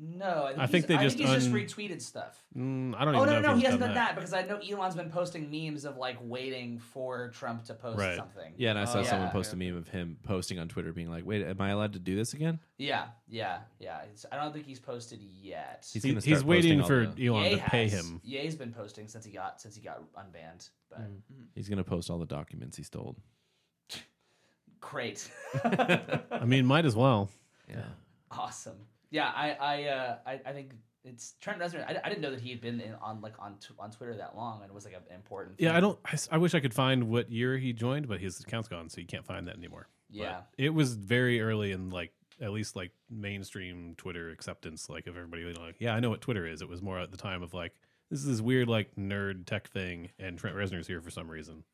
no, I think, I think he's, they I just think he's un- just retweeted stuff. Mm, I don't Oh even know. no, no, if he he's hasn't done that. because I know Elon's been posting memes of like waiting for Trump to post Right. something. Yeah, and I saw Oh, someone yeah. post a meme of him posting on Twitter being like, wait, am I allowed to do this again? yeah, yeah, yeah. It's, I don't think he's posted yet. He's He- gonna He's, start posting waiting all for the- Elon Ye to pay has. him. Ye's been posting since he got since he got unbanned. But He's gonna post all the documents he stole. great, I mean, might as well. Yeah. awesome. Yeah, I I uh, I, I think it's Trent Reznor. I, I didn't know that he had been in, on like on t- on Twitter that long and was like an important. Yeah, thing. I don't. I, s- I wish I could find what year he joined, but his account's gone, so you can't find that anymore. But Yeah. it was very early in like at least like mainstream Twitter acceptance, like of everybody being like, yeah, I know what Twitter is. It was more at the time of like this is this weird like nerd tech thing, and Trent Reznor's here for some reason.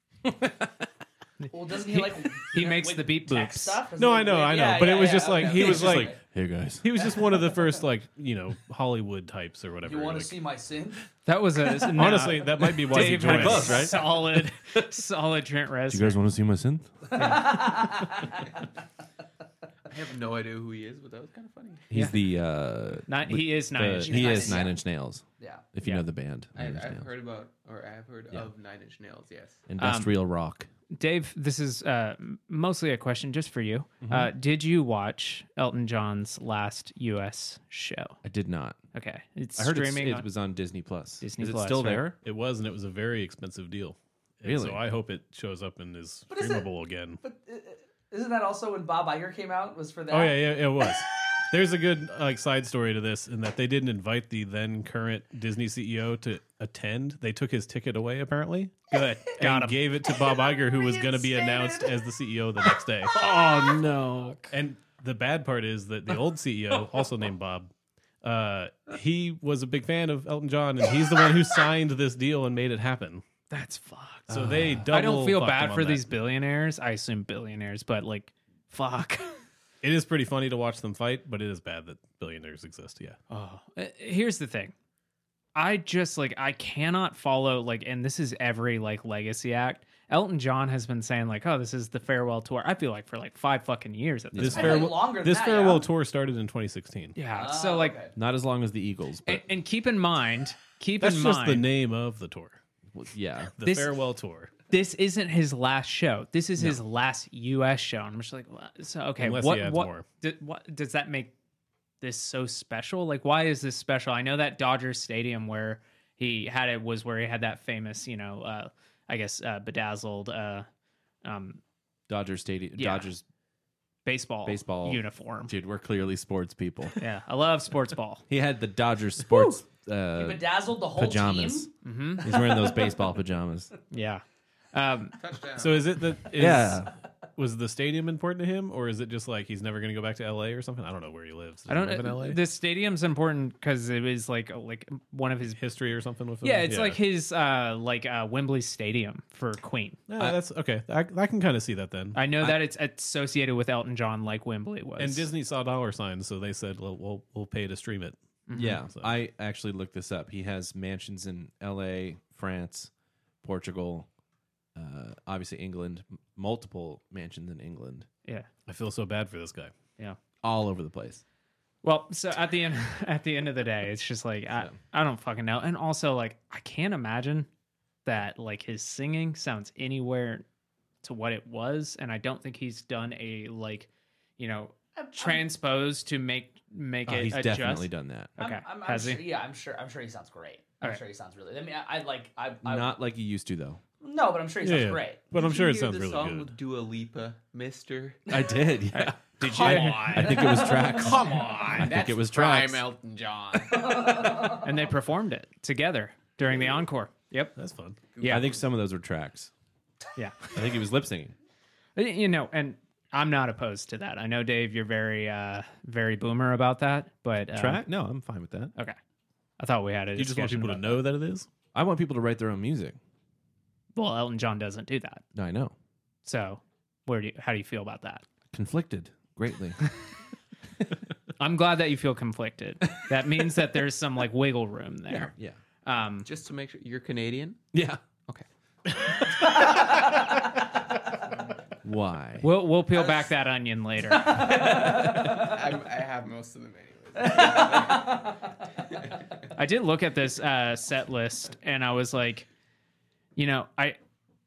Well, doesn't he like? he makes with the beep tech boops. stuff? Doesn't No, he I know, wait- I know, yeah, but yeah, it was yeah, just like okay. he was He's like Hey guys. he was just one of the first like you know Hollywood types or whatever. You want like- to see my sin? That was a honestly, that might be why he Dave had joined. a Solid, solid Trent Do Reznor. you guys want to see my synth? I have no idea who he is, but that was kind of funny. He's the uh Not- with he is the- Nine Inch He Nails. is nine inch nails. Yeah. If you Yeah. know the band. I, Nine Inch I've Nails. heard about, or I've heard of Nine Inch Nails. Yes. Industrial rock. Dave, this is uh, m- mostly a question just for you. Uh, did you watch Elton John's last U.S. show? I did not. Okay, it's I heard it's- streaming. it on- was on Disney Plus. Disney is it Plus, still right? there? It was, and it was a very expensive deal. And Really? So I hope it shows up and is is it- streamable again. But uh, isn't that also when Bob Iger came out? Was for that? Oh yeah, yeah, it was. There's a good like side story to this in that they didn't invite the then current Disney CEO to attend. They took his ticket away apparently. Good. and gave it to Bob Iger who was going to be announced as the CEO the next day. oh no! And the bad part is that the old CEO, also named Bob, uh, he was a big fan of Elton John and he's the one who signed this deal and made it happen. That's fucked. So they double Uh, I don't feel fucked him bad on for that. these billionaires. I assume billionaires, but like, fuck. It is pretty funny to watch them fight, but it is bad that billionaires exist. Yeah. Oh, here's the thing. I just like I cannot follow like, and this is every like legacy act. Elton John has been saying like, oh, this is the farewell tour. I feel like for like five fucking years at this. This point. I feel like farewell, longer than this that, farewell yeah. tour started in 2016. yeah. Oh, so like, okay. Not as long as the Eagles, but and, and keep in mind, keep That's in just mind, the name of the tour. well, yeah. The This- farewell tour. this isn't his last show. This is his last U.S. show. And I'm just like, what? so okay, Unless what he adds what, more. di- what does that make this so special? Like, why is this special? I know that Dodgers Stadium where he had it was where he had that famous, you know, uh, I guess uh, bedazzled uh, um, Dodger Stadium Yeah. Dodgers baseball Baseball. uniform. dude, we're clearly sports people. Yeah, I love sports ball. He had the Dodgers sports He uh, bedazzled the whole pajamas. team. hmm He's wearing those baseball pajamas. Yeah. Um, Touchdown. So is it that? Is, Yeah. Was the stadium important to him, or is it just like he's never going to go back to LA or something? I don't know where he lives. Does I don't he live in know. LA. The stadium's important because it was like like one of his History or something with him? Yeah, it's like his uh like uh Wembley Stadium for Queen. Yeah, that's okay. I, I can kind of see that then. I know that it's associated with Elton John like Wembley was. and Disney saw dollar signs, so they said, "Well, we'll, we'll pay to stream it." Yeah, So- I actually looked this up. He has mansions in L.A., France, Portugal, uh, obviously England, m- multiple mansions in England, Yeah. I feel so bad for this guy. Yeah. all over the place. Well, so at the end at the end of the day, it's just like I, I don't fucking know. And also like I can't imagine that like his singing sounds anywhere to what it was and I don't think he's done a like, you know, transpose to make make Oh, it he's adjust. definitely done that. Okay. I'm, I'm, I'm Has he? sure, yeah, I'm sure. I'm sure he sounds great. I'm Okay. sure he sounds really. I mean, I, I like. I, I Not like he used to though. no, but I'm sure he sounds Yeah, great. but I'm Did sure it you hear sounds the really song good. With Dua Lipa, Mister. I did. Yeah. Did you I think it was tracks. Come on, I think it was tracks. Elton John. and they performed it together during the encore. Yep. That's fun. Yeah. I think some of those were tracks. Yeah. I think he was lip singing. Y- Uh, You know, and I'm not opposed to that. I know Dave, you're very uh very boomer about that, but uh, Track? No, I'm fine with that. Okay. I thought we had it. You just want people to know that it is. I want people to write their own music. Well, Elton John doesn't do that. No, I know. So, where do you, how do you feel about that? Conflicted. greatly. I'm glad that you feel conflicted. That means that there's some like wiggle room there. yeah. Um, Just to make sure you're Canadian. Yeah. Okay. Why? we'll we'll peel back that onion later. I'm, I have most of them anyways. I did look at this uh, set list and I was like, you know, I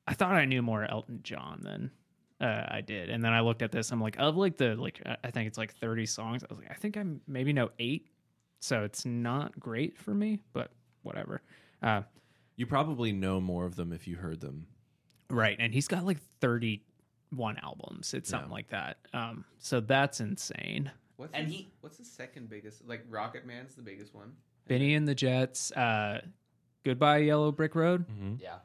I thought I knew more Elton John than uh, I did, and then I looked at this. I'm like, of like the like uh, I- I think it's like 30 songs. I was like, I think I maybe know eight, so it's not great for me, but whatever. Uh, you probably know more of them if you heard them. right, and he's got like 31 albums. It's something like that. Um, so that's insane. What's And his- he- what's the second biggest? Like Rocket Man's the biggest one. Benny and the Jets. Uh, Goodbye Yellow Brick Road. Yeah.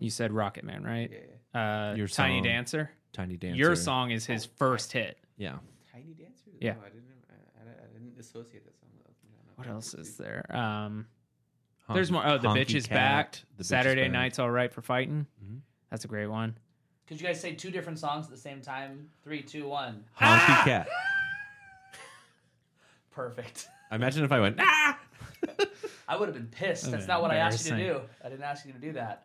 You said Rocket Man, right? Yeah. yeah. Uh, Your Tiny song. Dancer. Tiny Dancer. Your song is his first hit. Yeah. Tiny Dancer. Yeah. No, I didn't. I, I, I didn't associate that song with. Elton John. What else is there? Um, Honky- there's more. Oh, the Honky bitch is Cat, back. The Bitch Is Saturday Back. night's all right for fighting. Mhm. That's a great one. Could you guys say two different songs at the same time? Three, two, one. Honky Ah! Cat. Perfect. Imagine if I went. Ah! I would have been pissed. That's Okay, not what I asked you to do. embarrassing. I didn't ask you to do that.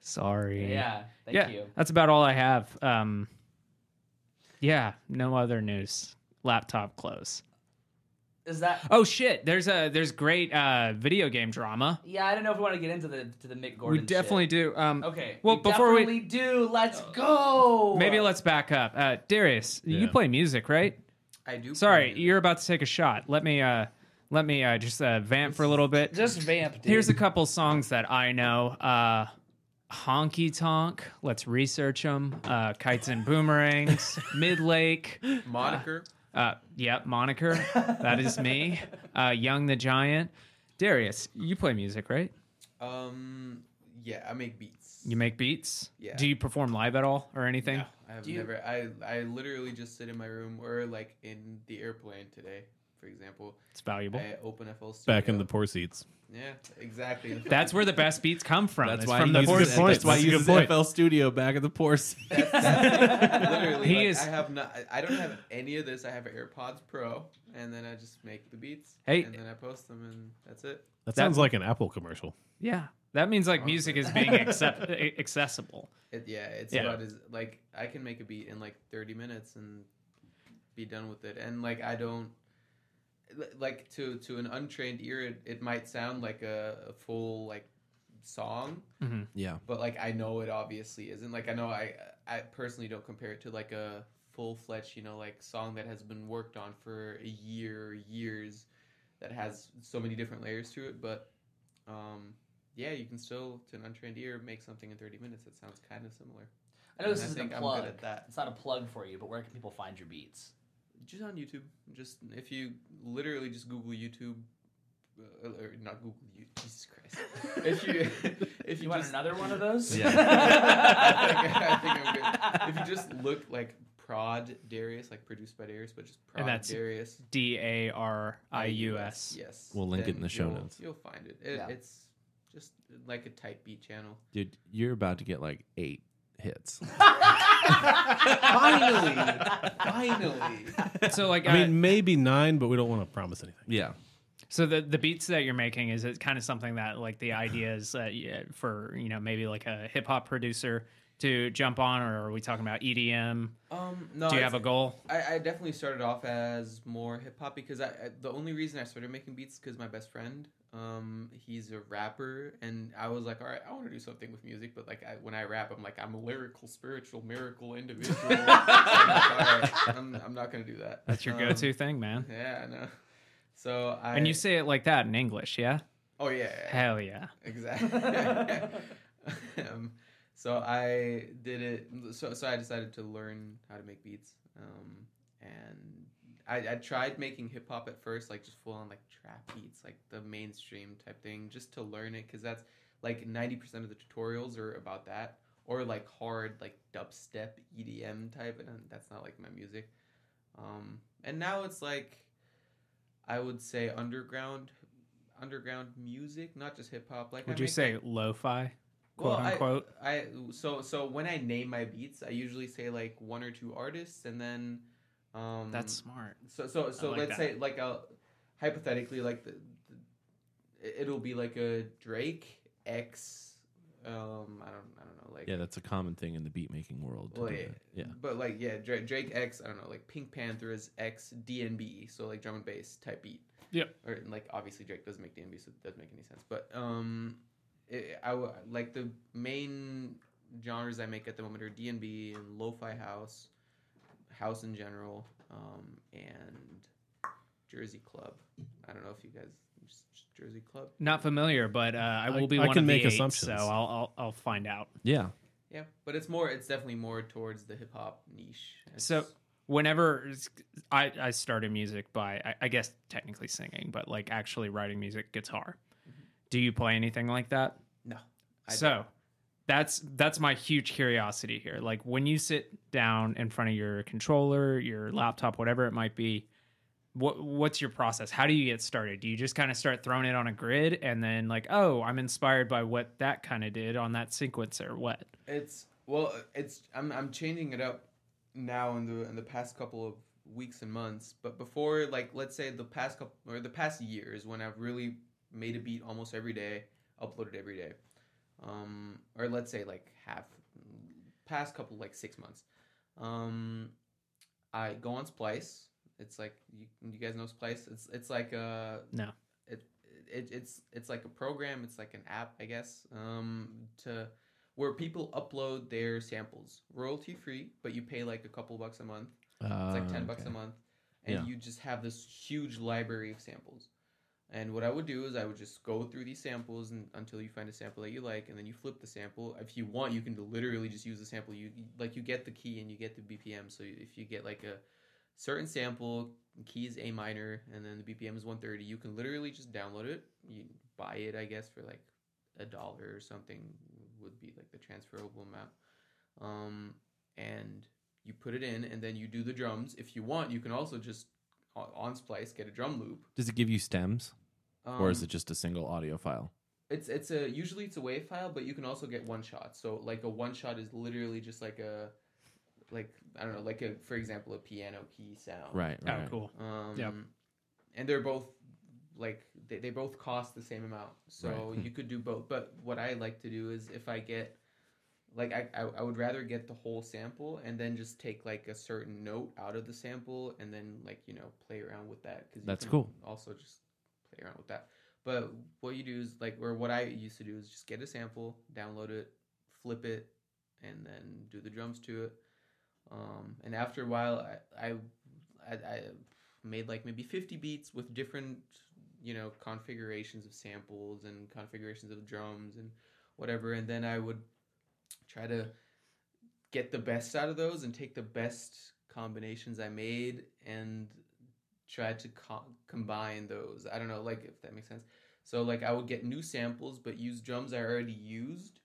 Sorry. Yeah. Thank yeah. you. That's about all I have. Um, yeah. No other news. Laptop close. Is that? Oh shit! There's a there's great uh, video game drama. Yeah, I don't know if we want to get into the to the Mick Gordon. we definitely shit. do. Um, Okay. Well, we before we- definitely do, let's go. Maybe let's back up. Uh, Darius, you Yeah. play music, right? I do. Sorry, play- you're about to take a shot. Let me uh, let me uh, just uh, vamp for a little bit. just vamp. Dude. Here's a couple songs that I know. Uh, Honky Tonk. Let's research them. Uh, Kites and Boomerangs. Midlake. moniker. Uh, yep, moniker. That is me. Uh, Young the Giant. Darius, you play music, right? Um. Yeah, I make beats. You make beats. Yeah. Do you perform live at all or anything? No, I have Do you- never. I I literally just sit in my room or like in the airplane today, for example. It's valuable. I open FL Studio. Back in the poor seats. Yeah, exactly. That's where the best beats come from. That's It's why, from he the uses, horse. it. point. that's why That's a he good uses point. FL Studio back at the poor seat. literally. He like, is- I have not. I- I don't have any of this. I have AirPods Pro, and then I just make the beats. Hey. and then I post them, and that's it. That sounds like an Apple commercial. Yeah. That means like music is being accept- accessible. It, yeah, it's Yeah. about as like I can make a beat in like thirty minutes and be done with it, and like I don't li- like to to an untrained ear, it, it might sound like a, a full like song, yeah. but like I know it obviously isn't. Like I know I I personally don't compare it to like a full fledged you know like song that has been worked on for a year years that has so many different layers to it, but um. Yeah, you can still, to an untrained ear, make something in 30 minutes that sounds kind of similar. I know this I isn't think a I'm plug. good at that. It's not a plug for you, but where can people find your beats? just on YouTube. Just if you literally just Google YouTube, uh, or not Google you, Jesus Christ. If you if You, you, want just, another one of those? Yeah. I think, I am good. If you just look like prod Darius, like produced by Darius, but just prod that's Darius D A R I U S. Yes, We'll link it then in the show you'll- notes. You'll find it. It- Yeah. It's just like a type beat channel. Dude, you're about to get like eight hits. Finally, finally. So like, I uh, mean, maybe nine, but we don't want to promise anything. yeah. so the the beats that you're making is it kind of something that like the idea is uh, yeah, for you know maybe like a hip hop producer to jump on, or are we talking about EDM? Um, no. Do you it's- have a goal? I, I definitely started off as more hip hop because I, I the only reason I started making beats because my best friend, um, he's a rapper, and I was like, all right, I want to do something with music, but like I, when I rap, I'm like, I'm a lyrical, spiritual, miracle individual. So I'm, like, all right, I'm, I'm not gonna do that. That's your Um, go to thing, man. Yeah, I know. So I And you say it like that in English, yeah? oh yeah, yeah, yeah. Hell yeah! exactly. um, so I did it. So so I decided to learn how to make beats. Um, and I, I tried making hip hop at first, like just full on like trap beats, like the mainstream type thing, just to learn it, because that's like ninety percent of the tutorials are about that, or like hard like dubstep EDM type, and that's not like my music. Um, and now it's like, I would say underground, underground music, not just hip hop. Like I Would you make, say like- lo-fi? quote Well, I- unquote. I so so when I name my beats, I usually say like one or two artists, and then um, That's smart. so so so like let's that. say like a hypothetically like the, the, it'll be like a Drake X um I don't I don't know like Yeah, that's a common thing in the beat making world. to Well, do yeah. that. yeah. but like yeah Drake, Drake X I don't know like Pink Panthers X DNB so like drum and bass type beat Yep. or and, like obviously Drake doesn't make DNB so it doesn't make any sense but um it, I w- like the main genres I make at the moment are DNB and lo-fi house house in general um and Jersey Club I don't know if you guys just- just Jersey Club Not familiar, but uh, I will be I one can of make the eight, assumptions. so I'll, I'll I'll find out. Yeah. yeah but it's more it's definitely more towards the hip hop niche So It's- whenever it's- I, I started music by, I, I guess technically singing, but like actually writing music, guitar. Do you play anything like that? no I so that's that's my huge curiosity here. Like when you sit down in front of your controller, your laptop, whatever it might be, what what's your process? How do you get started? Do you just kind of start throwing it on a grid and then like, oh, I'm inspired by what that kind of did on that sequence or what? It's well, it's I'm I'm changing it up now in the in the past couple of weeks and months. But before, like let's say the past couple or the past year is when I've really made a beat almost every day, uploaded every day, um, or let's say like half past couple like six months. Um, I go on Splice. It's like you, you guys know Splice. It's it's like a No. It, it, it's it's like a program. It's like an app, I guess. Um, to where people upload their samples royalty free, but you pay like a couple bucks a month. It's like 10 bucks Uh, a month. And Ah, Yeah. you just have this huge library of samples. And what I would do is I would just go through these samples and, until you find a sample that you like, and then you flip the sample. If you want, you can literally just use the sample. You like you get the key and you get the BPM. So if you get like a certain sample, key is A minor, and then the BPM is 130, you can literally just download it. You buy it, I guess, for like a dollar or something would be like the transferable amount. Um, and you put it in, and then you do the drums. If you want, you can also just o- on Splice get a drum loop. Does it give you stems, Um, or is it just a single audio file? It's it's a usually it's a WAV file, but you can also get one shot. So like a one shot is literally just like a like I don't know, like a for example a piano key sound. Right. Oh, Right. cool. Um, Yep. And they're both like they, they both cost the same amount, so you could do both. But what I like to do is if I get like I, I I would rather get the whole sample and then just take like a certain note out of the sample and then like you know play around with that because That's cool. Also, just play around with that. But what you do is like, or what I used to do is just get a sample, download it, flip it, and then do the drums to it. Um, and after a while, I, I, I, I made like maybe 50 beats with different, you know, configurations of samples and configurations of drums and whatever. And then I would try to get the best out of those and take the best combinations I made and try to co- combine those. I don't know, like if that makes sense. So like I would get new samples, but use drums I already used,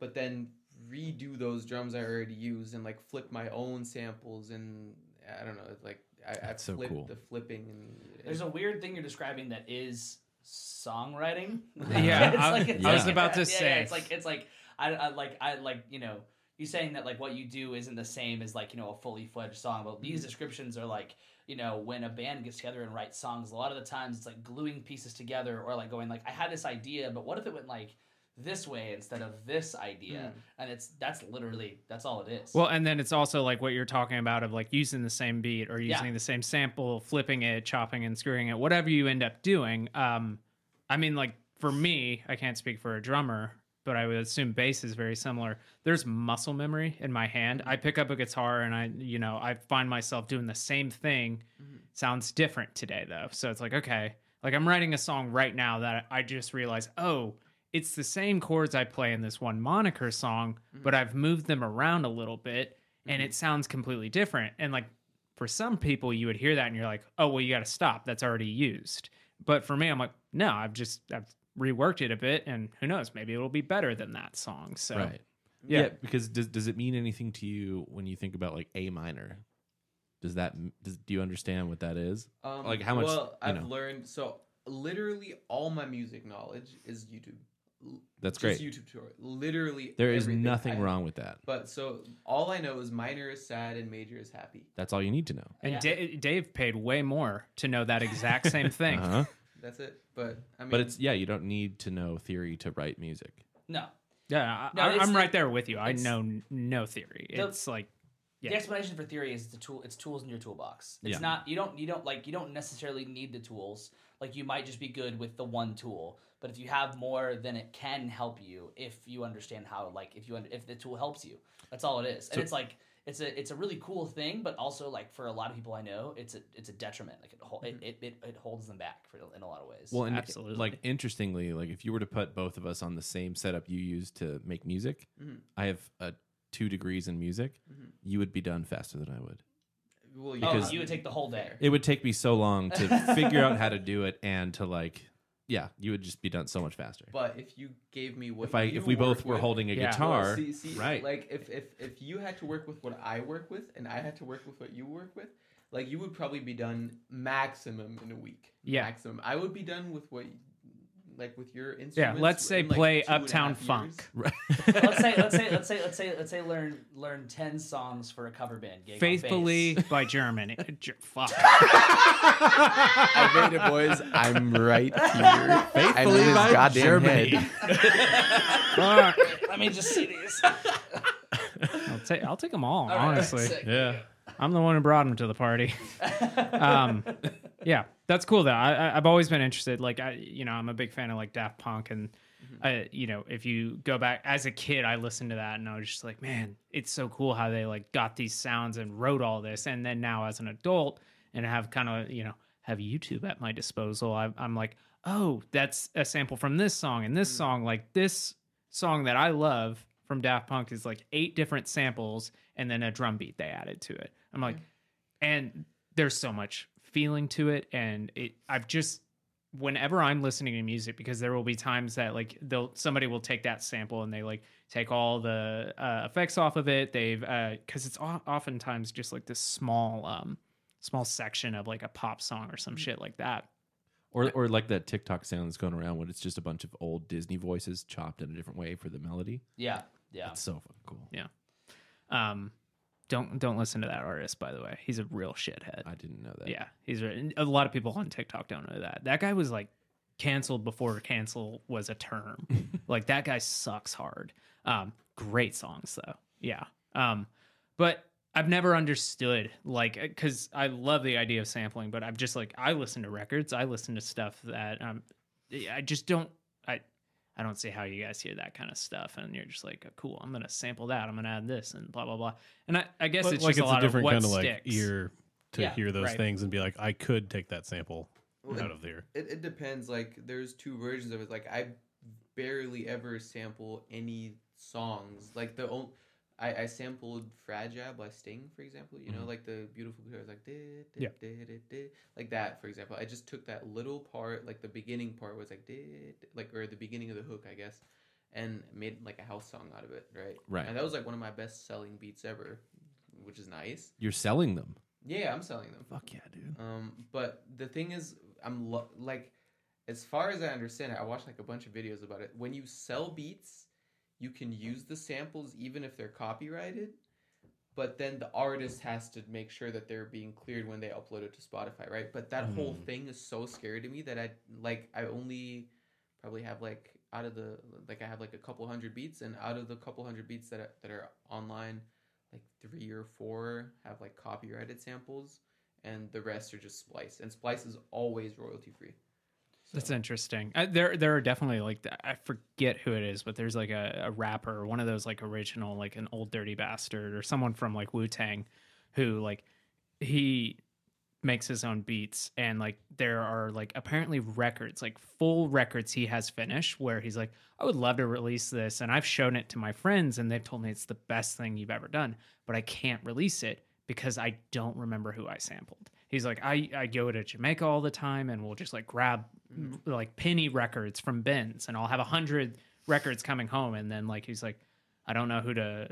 but then redo those drums I already used and like flip my own samples and I don't know, like I, I That's so flipped cool. the flipping and There's a weird thing you're describing that is songwriting. Yeah, I- I was about to yeah, say. it's like it's like I, I like I like you know you saying that like what you do isn't the same as like you know a fully fledged song, but Mm-hmm. these descriptions are like you know when a band gets together and writes songs. A lot of the times it's like gluing pieces together or like going like I had this idea, but what if it went like this way instead of this idea? And it's that's literally that's all it is. Mm. Well, and then it's also like what you're talking about of like using the same beat or Yeah. using the same sample, flipping it, chopping and screwing it, whatever you end up doing. Um, I mean, like for me, I can't speak for a drummer, but I would assume bass is very similar. There's muscle memory in my hand. I pick up a guitar and I, you know, I find myself doing the same thing. Sounds different today though. So it's like, okay, like I'm writing a song right now that I just realized, oh, it's the same chords I play in this one moniker song, Mm-hmm. but I've moved them around a little bit and it sounds completely different. And like for some people, you would hear that and you're like, oh, well, you got to stop. That's already used. But for me, I'm like, no, I've just, I've reworked it a bit and who knows, maybe it'll be better than that song. So Right. Yeah. Yeah. because does does it mean anything to you when you think about like A minor? Does that does, do you understand what that is? Um, Like, how much, Well, you I've know? learned so literally all my music knowledge is YouTube. That's just great. YouTube tutorial. Literally, there is everything. nothing I- wrong with that. But so all I know is minor is sad and major is happy. That's all you need to know. And Yeah. Da- Dave paid way more to know that exact same thing. Uh-huh. That's it. But I mean, But it's yeah, you don't need to know theory to write music. No. Yeah, I, No, I, it's am the- right there with you. I it's- know n- no theory. The- It's like The Yeah. explanation for theory is the tool. It's tools in your toolbox. It's Yeah. not you don't you don't like you don't necessarily need the tools. Like you might just be good with the one tool, but if you have more, then it can help you if you understand how. Like if you un- if the tool helps you, that's all it is. And it's like it's a it's a really cool thing, but also like for a lot of people I know, it's a it's a detriment. Like it hol- it, it, it, it holds them back for, in a lot of ways. Well, and Absolutely. like interestingly, like if you were to put both of us on the same setup you use to make music, Mhm. I have a two degrees in music. Mhm. You would be done faster than I would. well, oh, because- you would take the whole day. It would take me so long to figure out how to do it and to like, yeah, you would just be done so much faster. But if you gave me what if I you if we both work were with- holding a Yeah. guitar, see, see, right? Like if if if you had to work with what I work with and I had to work with what you work with, like you would probably be done maximum in a week. Yeah. maximum. I would be done with what, like with your yeah. instruments. Let's say in, like, play two and a Uptown half years. Funk. Right. let's say let's say let's say let's say let's say learn learn ten songs for a cover band gig. on bass. Faithfully by Germany. Ger- Fuck. I made it, boys. I'm right here. I'm in by his goddamn Germany. head. Fuck. Let me just see these. I'll take I'll take them all. All right, honestly, sick. Yeah. I'm the one who brought them to the party. um, yeah, that's cool though. I, I, I've always been interested. Like, I, you know, I'm a big fan of like Daft Punk, and I, you know, if you go back as a kid, I listened to that, and I was just like, man, it's so cool how they like got these sounds and wrote all this, and then now as an adult and have kind of you know have YouTube at my disposal, I, I'm like, oh, that's a sample from this song and this song, like this song that I love from Daft Punk is like eight different samples and then a drum beat they added to it. I'm like, and there's so much feeling to it and it i've just whenever i'm listening to music because there will be times that like they'll somebody will take that sample and they like take all the uh, effects off of it they've uh because it's o- oftentimes just like this small um small section of like a pop song or some shit like that Or or like that TikTok sound that's going around when it's just a bunch of old Disney voices chopped in a different way for the melody. Yeah, yeah. It's so fucking cool. um don't don't listen to that artist by the way he's a real shithead I didn't know that. Yeah, he's right. And a lot of people on TikTok don't know that. That guy was like canceled before cancel was a term. like that guy sucks hard. Um, great songs though. Yeah. Um, but I've never understood like because I love the idea of sampling, but I've just like I listen to records, I listen to stuff that um, I just don't. I I don't see how you guys hear that kind of stuff, and you're just like, cool. I'm gonna sample that. I'm gonna add this and blah blah blah. And I, I guess But, it's like just a it's a, lot different of what kind of like sticks. ear to Yeah, hear those right. things and be like, I could take that sample Well, out of there. It, it depends. Like, there's two versions of it. Like, I barely ever sample any songs. Like, the only. I, I sampled Fragile by Sting, for example. You know, like the beautiful guitars, like did, did, Yeah. did, did, did, like that, for example. I just took that little part, like the beginning part was like did, like or the beginning of the hook, I guess, and made like a house song out of it, right? Right. And that was like one of my best selling beats ever, which is nice. You're selling them. Yeah, I'm selling them. Fuck yeah, dude. Um, but the thing is, I'm lo- like, as far as I understand it, I watched like a bunch of videos about it. When you sell beats, you can use the samples even if they're copyrighted, but then the artist has to make sure that they're being cleared when they upload it to Spotify, right? But that whole Mm. thing is so scary to me that I like I only probably have like out of the like I have like a couple hundred beats, and out of the couple hundred beats that are, that are online, like three or four have like copyrighted samples, and the rest are just spliced. And splice is always royalty free. That's interesting. I, there, there are definitely like th- I forget who it is, but there's like a, a rapper, one of those like original, like an old dirty bastard or someone from like Wu Tang, who like he makes his own beats and like there are like apparently records, like full records he has finished where he's like, I would love to release this, and I've shown it to my friends and they've told me it's the best thing you've ever done, but I can't release it because I don't remember who I sampled. He's like, I, I go to Jamaica all the time and we'll just like grab like penny records from bins and I'll have a hundred records coming home. And then like, he's like, I don't know who to,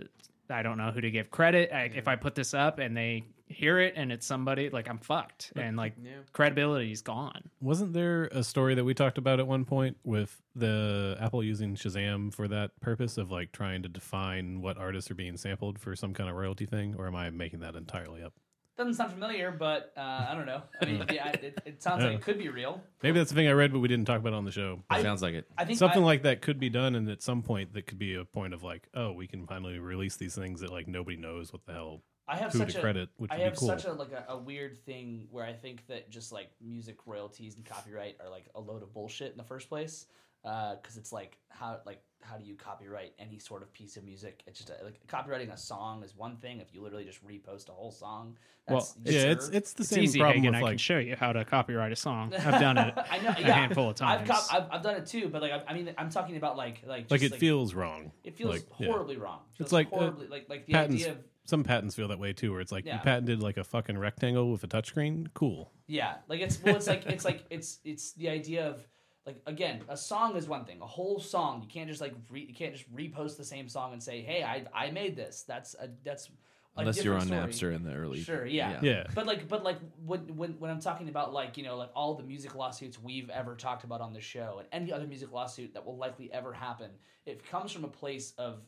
I don't know who to give credit. I, If I put this up and they hear it and it's somebody like I'm fucked and like Yeah. credibility's gone. Wasn't there a story that we talked about at one point with the Apple using Shazam for that purpose of like trying to define what artists are being sampled for some kind of royalty thing? Or am I making that entirely up? Doesn't sound familiar, but uh, I don't know. I Mm. mean, yeah, it, it sounds like it could be real. Maybe that's the thing I read, but we didn't talk about it on the show. I- Sounds like it. I think Something I- like that could be done, and at some point, that could be a point of like, oh, we can finally release these things that like nobody knows what the hell I have who such to a credit, which I would have be cool. such a like a, a weird thing where I think that just like music royalties and copyright are like a load of bullshit in the first place, because it's like how like how do you copyright any sort of piece of music? It's just a, like copywriting a song is one thing. If you literally just repost a whole song, Well, that's yeah, it's absurd. it's the It's same easy, problem Hagen. with I can like show you how to copyright a song. I've done it I know, a yeah. handful of I've, times. cop- I've I've done it too, but like I, I mean, I'm talking about like like just, like it feels wrong. it feels like, yeah. horribly wrong. It feels like, uh, horribly like like the patents- idea of Some patents feel that way too, where it's like Yeah. you patented like a fucking rectangle with a touchscreen. Cool. Yeah, like it's well, it's like it's like it's it's the idea of like again, a song is one thing, a whole song. You can't just like re, you can't just repost the same song and say, "Hey, I I made this." That's a that's a Unless you're on different story. Napster in the early. Sure, yeah. Yeah. But like, but like, when when when I'm talking about like you know like all the music lawsuits we've ever talked about on this show and any other music lawsuit that will likely ever happen, it comes from a place of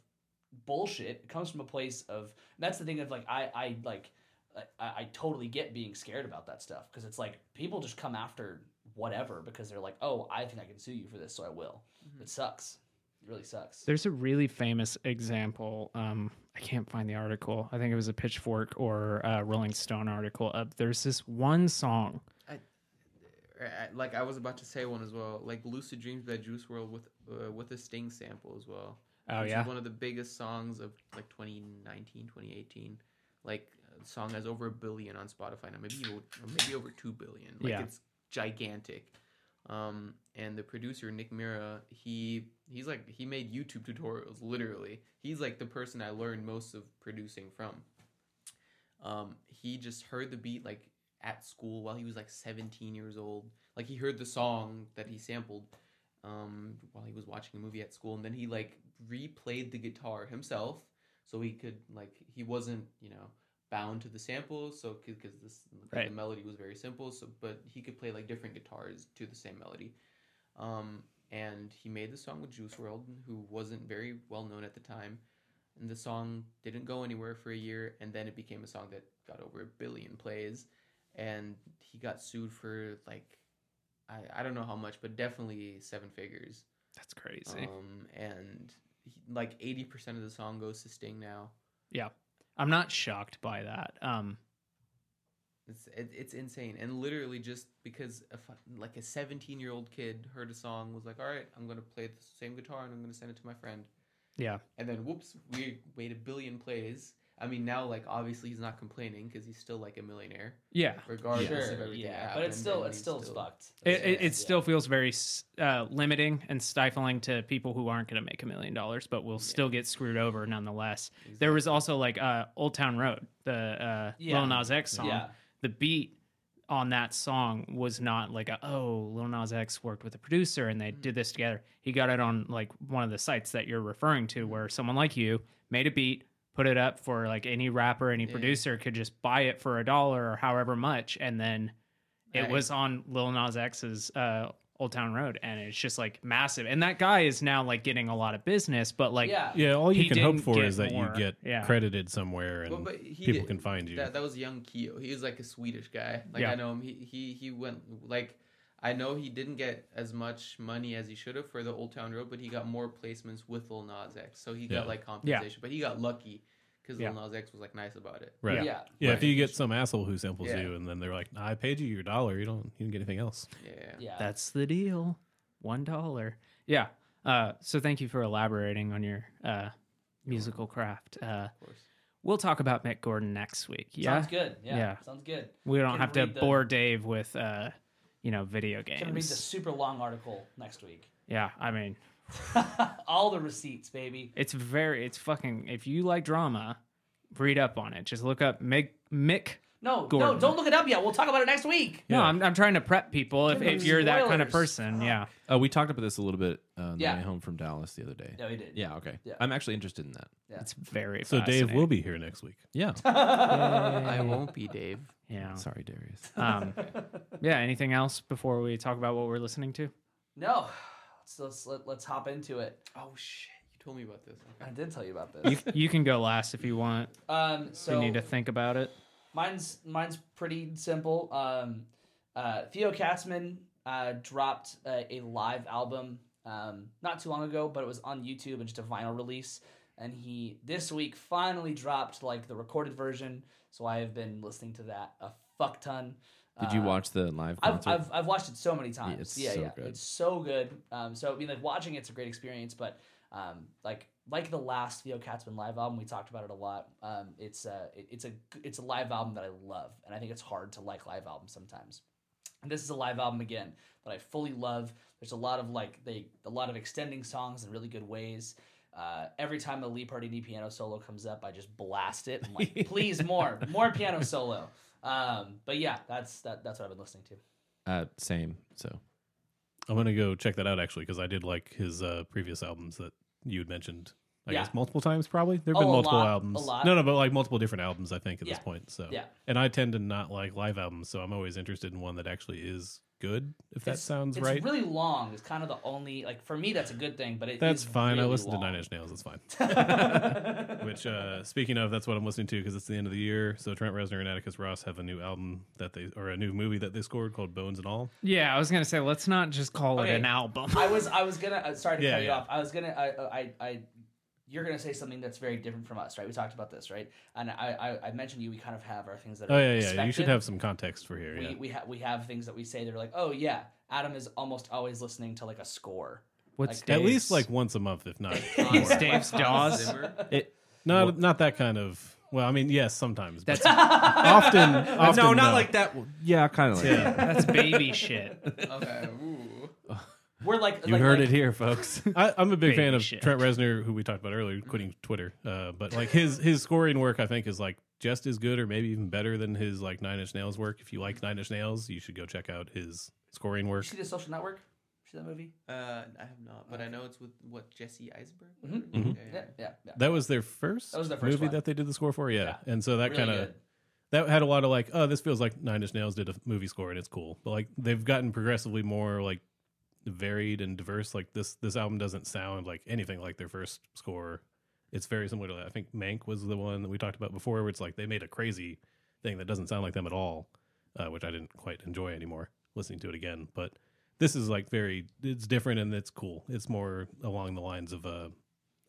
bullshit. It comes from a place of and that's the thing of like I I like I, I totally get being scared about that stuff because it's like people just come after whatever because they're like, oh, I think I can sue you for this, so I will. Mm-hmm. It sucks. It really sucks. There's a really famous example. Um, I can't find the article. I think it was a Pitchfork or a Rolling Stone article. Up there's this one song. I- I- like I was about to say one as well, like "Lucid Dreams" by Juice World with uh, with a Sting sample as well. Oh which yeah, is one of the biggest songs of like 2019, 2018. Like the song has over a billion on Spotify now, maybe o- or maybe over two billion. Like Yeah. it's gigantic. Um, and the producer Nick Mira, he he's like he made YouTube tutorials. Literally, he's like the person I learned most of producing from. Um, he just heard the beat like at school while he was like 17 years old. Like he heard the song that he sampled um, while he was watching a movie at school, and then he like replayed the guitar himself, so he could like he wasn't you know bound to the samples, so because this 'cause Right. the melody was very simple, so but he could play like different guitars to the same melody. Um, and he made the song with Juice World, who wasn't very well known at the time. And the song didn't go anywhere for a year, and then it became a song that got over a billion plays. And he got sued for like, I, I don't know how much, but definitely seven figures. that's crazy. Um, and he, like 80% of the song goes to Sting now. yeah, I'm not shocked by that. Um, It's it, it's insane, and literally just because a, fu- like a seventeen year old kid heard a song was like, all right, I'm gonna play the same guitar and I'm gonna send it to my friend, yeah, and then whoops, we made a billion plays. I mean, now like obviously he's not complaining because he's still like a millionaire, yeah. regardless Sure, of everything. that yeah, but happened, it's still and it's he's still, fucked. It, it, Yeah. it still feels very s- uh, limiting and stifling to people who aren't going to make a million dollars, but will still get screwed over nonetheless. There was also like uh, Old Town Road, the uh, Yeah. Lil Nas X song. Yeah. The beat on that song was not like a, oh, Lil Nas X worked with a producer and they did this together. He got it on like one of the sites that you're referring to where someone like you made a beat, put it up for like any rapper, any producer could just buy it for a dollar or however much and then it Right. was on Lil Nas X's uh, Old Town Road, and it's just like massive. And that guy is now like getting a lot of business, but like, yeah. Yeah, all you He can hope didn't for get is that more. you get Yeah. credited somewhere and Well, but he people did- can find you. That, that was young Keo. He was like a Swedish guy. Like Yeah. I know him. He he he went like I know he didn't get as much money as he should have for the Old Town Road, but he got more placements with Lil Nas X, so he got Yeah. like compensation. But he got lucky because Yeah. Lil Nas X was like nice about it. right. Yeah. Yeah. if you get some asshole who samples Yeah. you and then they're like, "Nah, I paid you your dollar, you don't you didn't get anything else. Yeah. Yeah. that's the deal, one dollar. Yeah. Uh, so thank you for elaborating on your uh, musical craft. Uh, course. we'll talk about Mick Gordon next week. Yeah, Sounds good. Yeah. Yeah. Sounds good. we don't Can have to read the- bore Dave with, uh, you know, video games. Can read the super long article next week. Yeah, I mean, All the receipts, baby. It's very, it's fucking. If you like drama, read up on it. Just look up Mick Mick No, no, Gordon. don't look it up yet. We'll talk about it next week. No, Yeah. I'm, I'm trying to prep people if, Give them if you're that kind of spoilers. person. Yeah. Uh, we talked about this a little bit uh, on the Yeah. way home from Dallas the other day. No, he did. Yeah, okay. Yeah. I'm actually interested in that. It's very So Dave fascinating. will be here next week. Yeah. I won't be Dave. Yeah. Sorry, Darius. Um, yeah. Anything else before we talk about what we're listening to? No, let's let's, let, let's hop into it. Oh shit! You told me about this. I did tell you about this. You can go last if you want. Um, You so need to think about it. mine's mine's pretty simple. Um, uh, Theo Katzman uh, dropped uh, a live album um, not too long ago, but it was on YouTube and just a vinyl release. And he this week finally dropped like the recorded version, so I have been listening to that a fuck ton. Did you Uh, watch the live I've, concert? I've, I've watched it so many times. it's yeah, so yeah, good. it's so good. Um, so I mean, like watching it's a great experience, but um, like like the last Theo Katzman live album, we talked about it a lot. Um, it's a it, it's a g- it's a live album that I love, and I think it's hard to like live albums sometimes. And this is a live album again that I fully love. There's a lot of like they a lot of extending songs in really good ways. Uh, every time a Lee Pardini piano solo comes up, I just blast it. I'm like, please more, more piano solo. Um, but yeah, that's that, that's what I've been listening to. uh, same. So I'm gonna go check that out actually because I did like his uh, previous albums that you had mentioned. I Yeah. guess multiple times probably. There've Oh, been a multiple lot, a albums. lot. No, no, but like multiple different albums. I think at Yeah. this point. So Yeah. and I tend to not like live albums, so I'm always interested in one that actually is good. If that It's- sounds it's right, really long. It's kind of the only like for me that's a good thing, but it that's is fine. I really listen long. to Nine Inch Nails. It's fine. Which, uh, speaking of, that's what I'm listening to because it's the end of the year. So Trent Reznor and Atticus Ross have a new album that they or a new movie that they scored called Bones and All. Yeah, I was gonna say let's not just call Okay. it an album. I was I was gonna uh, sorry to Yeah, cut you yeah. off. I was gonna I, I I you're gonna say something that's very different from us, right? We talked about this, right? And I I, I mentioned you. We kind of have our things that are Oh yeah, yeah. You expected. should have some context for here. we Yeah. we have we have things that we say that are like, oh yeah, Adam is almost always listening to like a score. What's Like, At Dave's- least like once a month, if not. It's more. Dave's Jaws. Zimmer? it Not not that kind of. Well, I mean, yes, sometimes. but That's often, often. no, not like that. Yeah, kind of like that. Yeah. that's baby shit. Okay. Ooh. We're like You like- heard like- it here, folks. I, I'm a big fan Baby of shit. Trent Reznor, who we talked about earlier, quitting Twitter. Uh, but like his his scoring work, I think, is like just as good, or maybe even better than his like Nine Inch Nails work. If you like Nine Inch Nails, you should go check out his scoring work. You see the Social Network? See that movie? Uh, I have not, but I know it's with what Jesse Eisenberg. Mhm. Mhm. Mm-hmm. Mm-hmm. Yeah, yeah. Yeah, yeah, yeah. That was their first, That was their first movie one. that they did the score for. Yeah, Yeah. and so that Really kind of good. that had a lot of like, oh, this feels like Nine Inch Nails did a movie score and it's cool. But like they've gotten progressively more like varied and diverse. Like this this album doesn't sound like anything like their first score. It's very similar to I think Mank was the one that we talked about before, where it's like they made a crazy thing that doesn't sound like them at all, uh, which I didn't quite enjoy anymore listening to it again. But this is like very it's different and it's cool. It's more along the lines of uh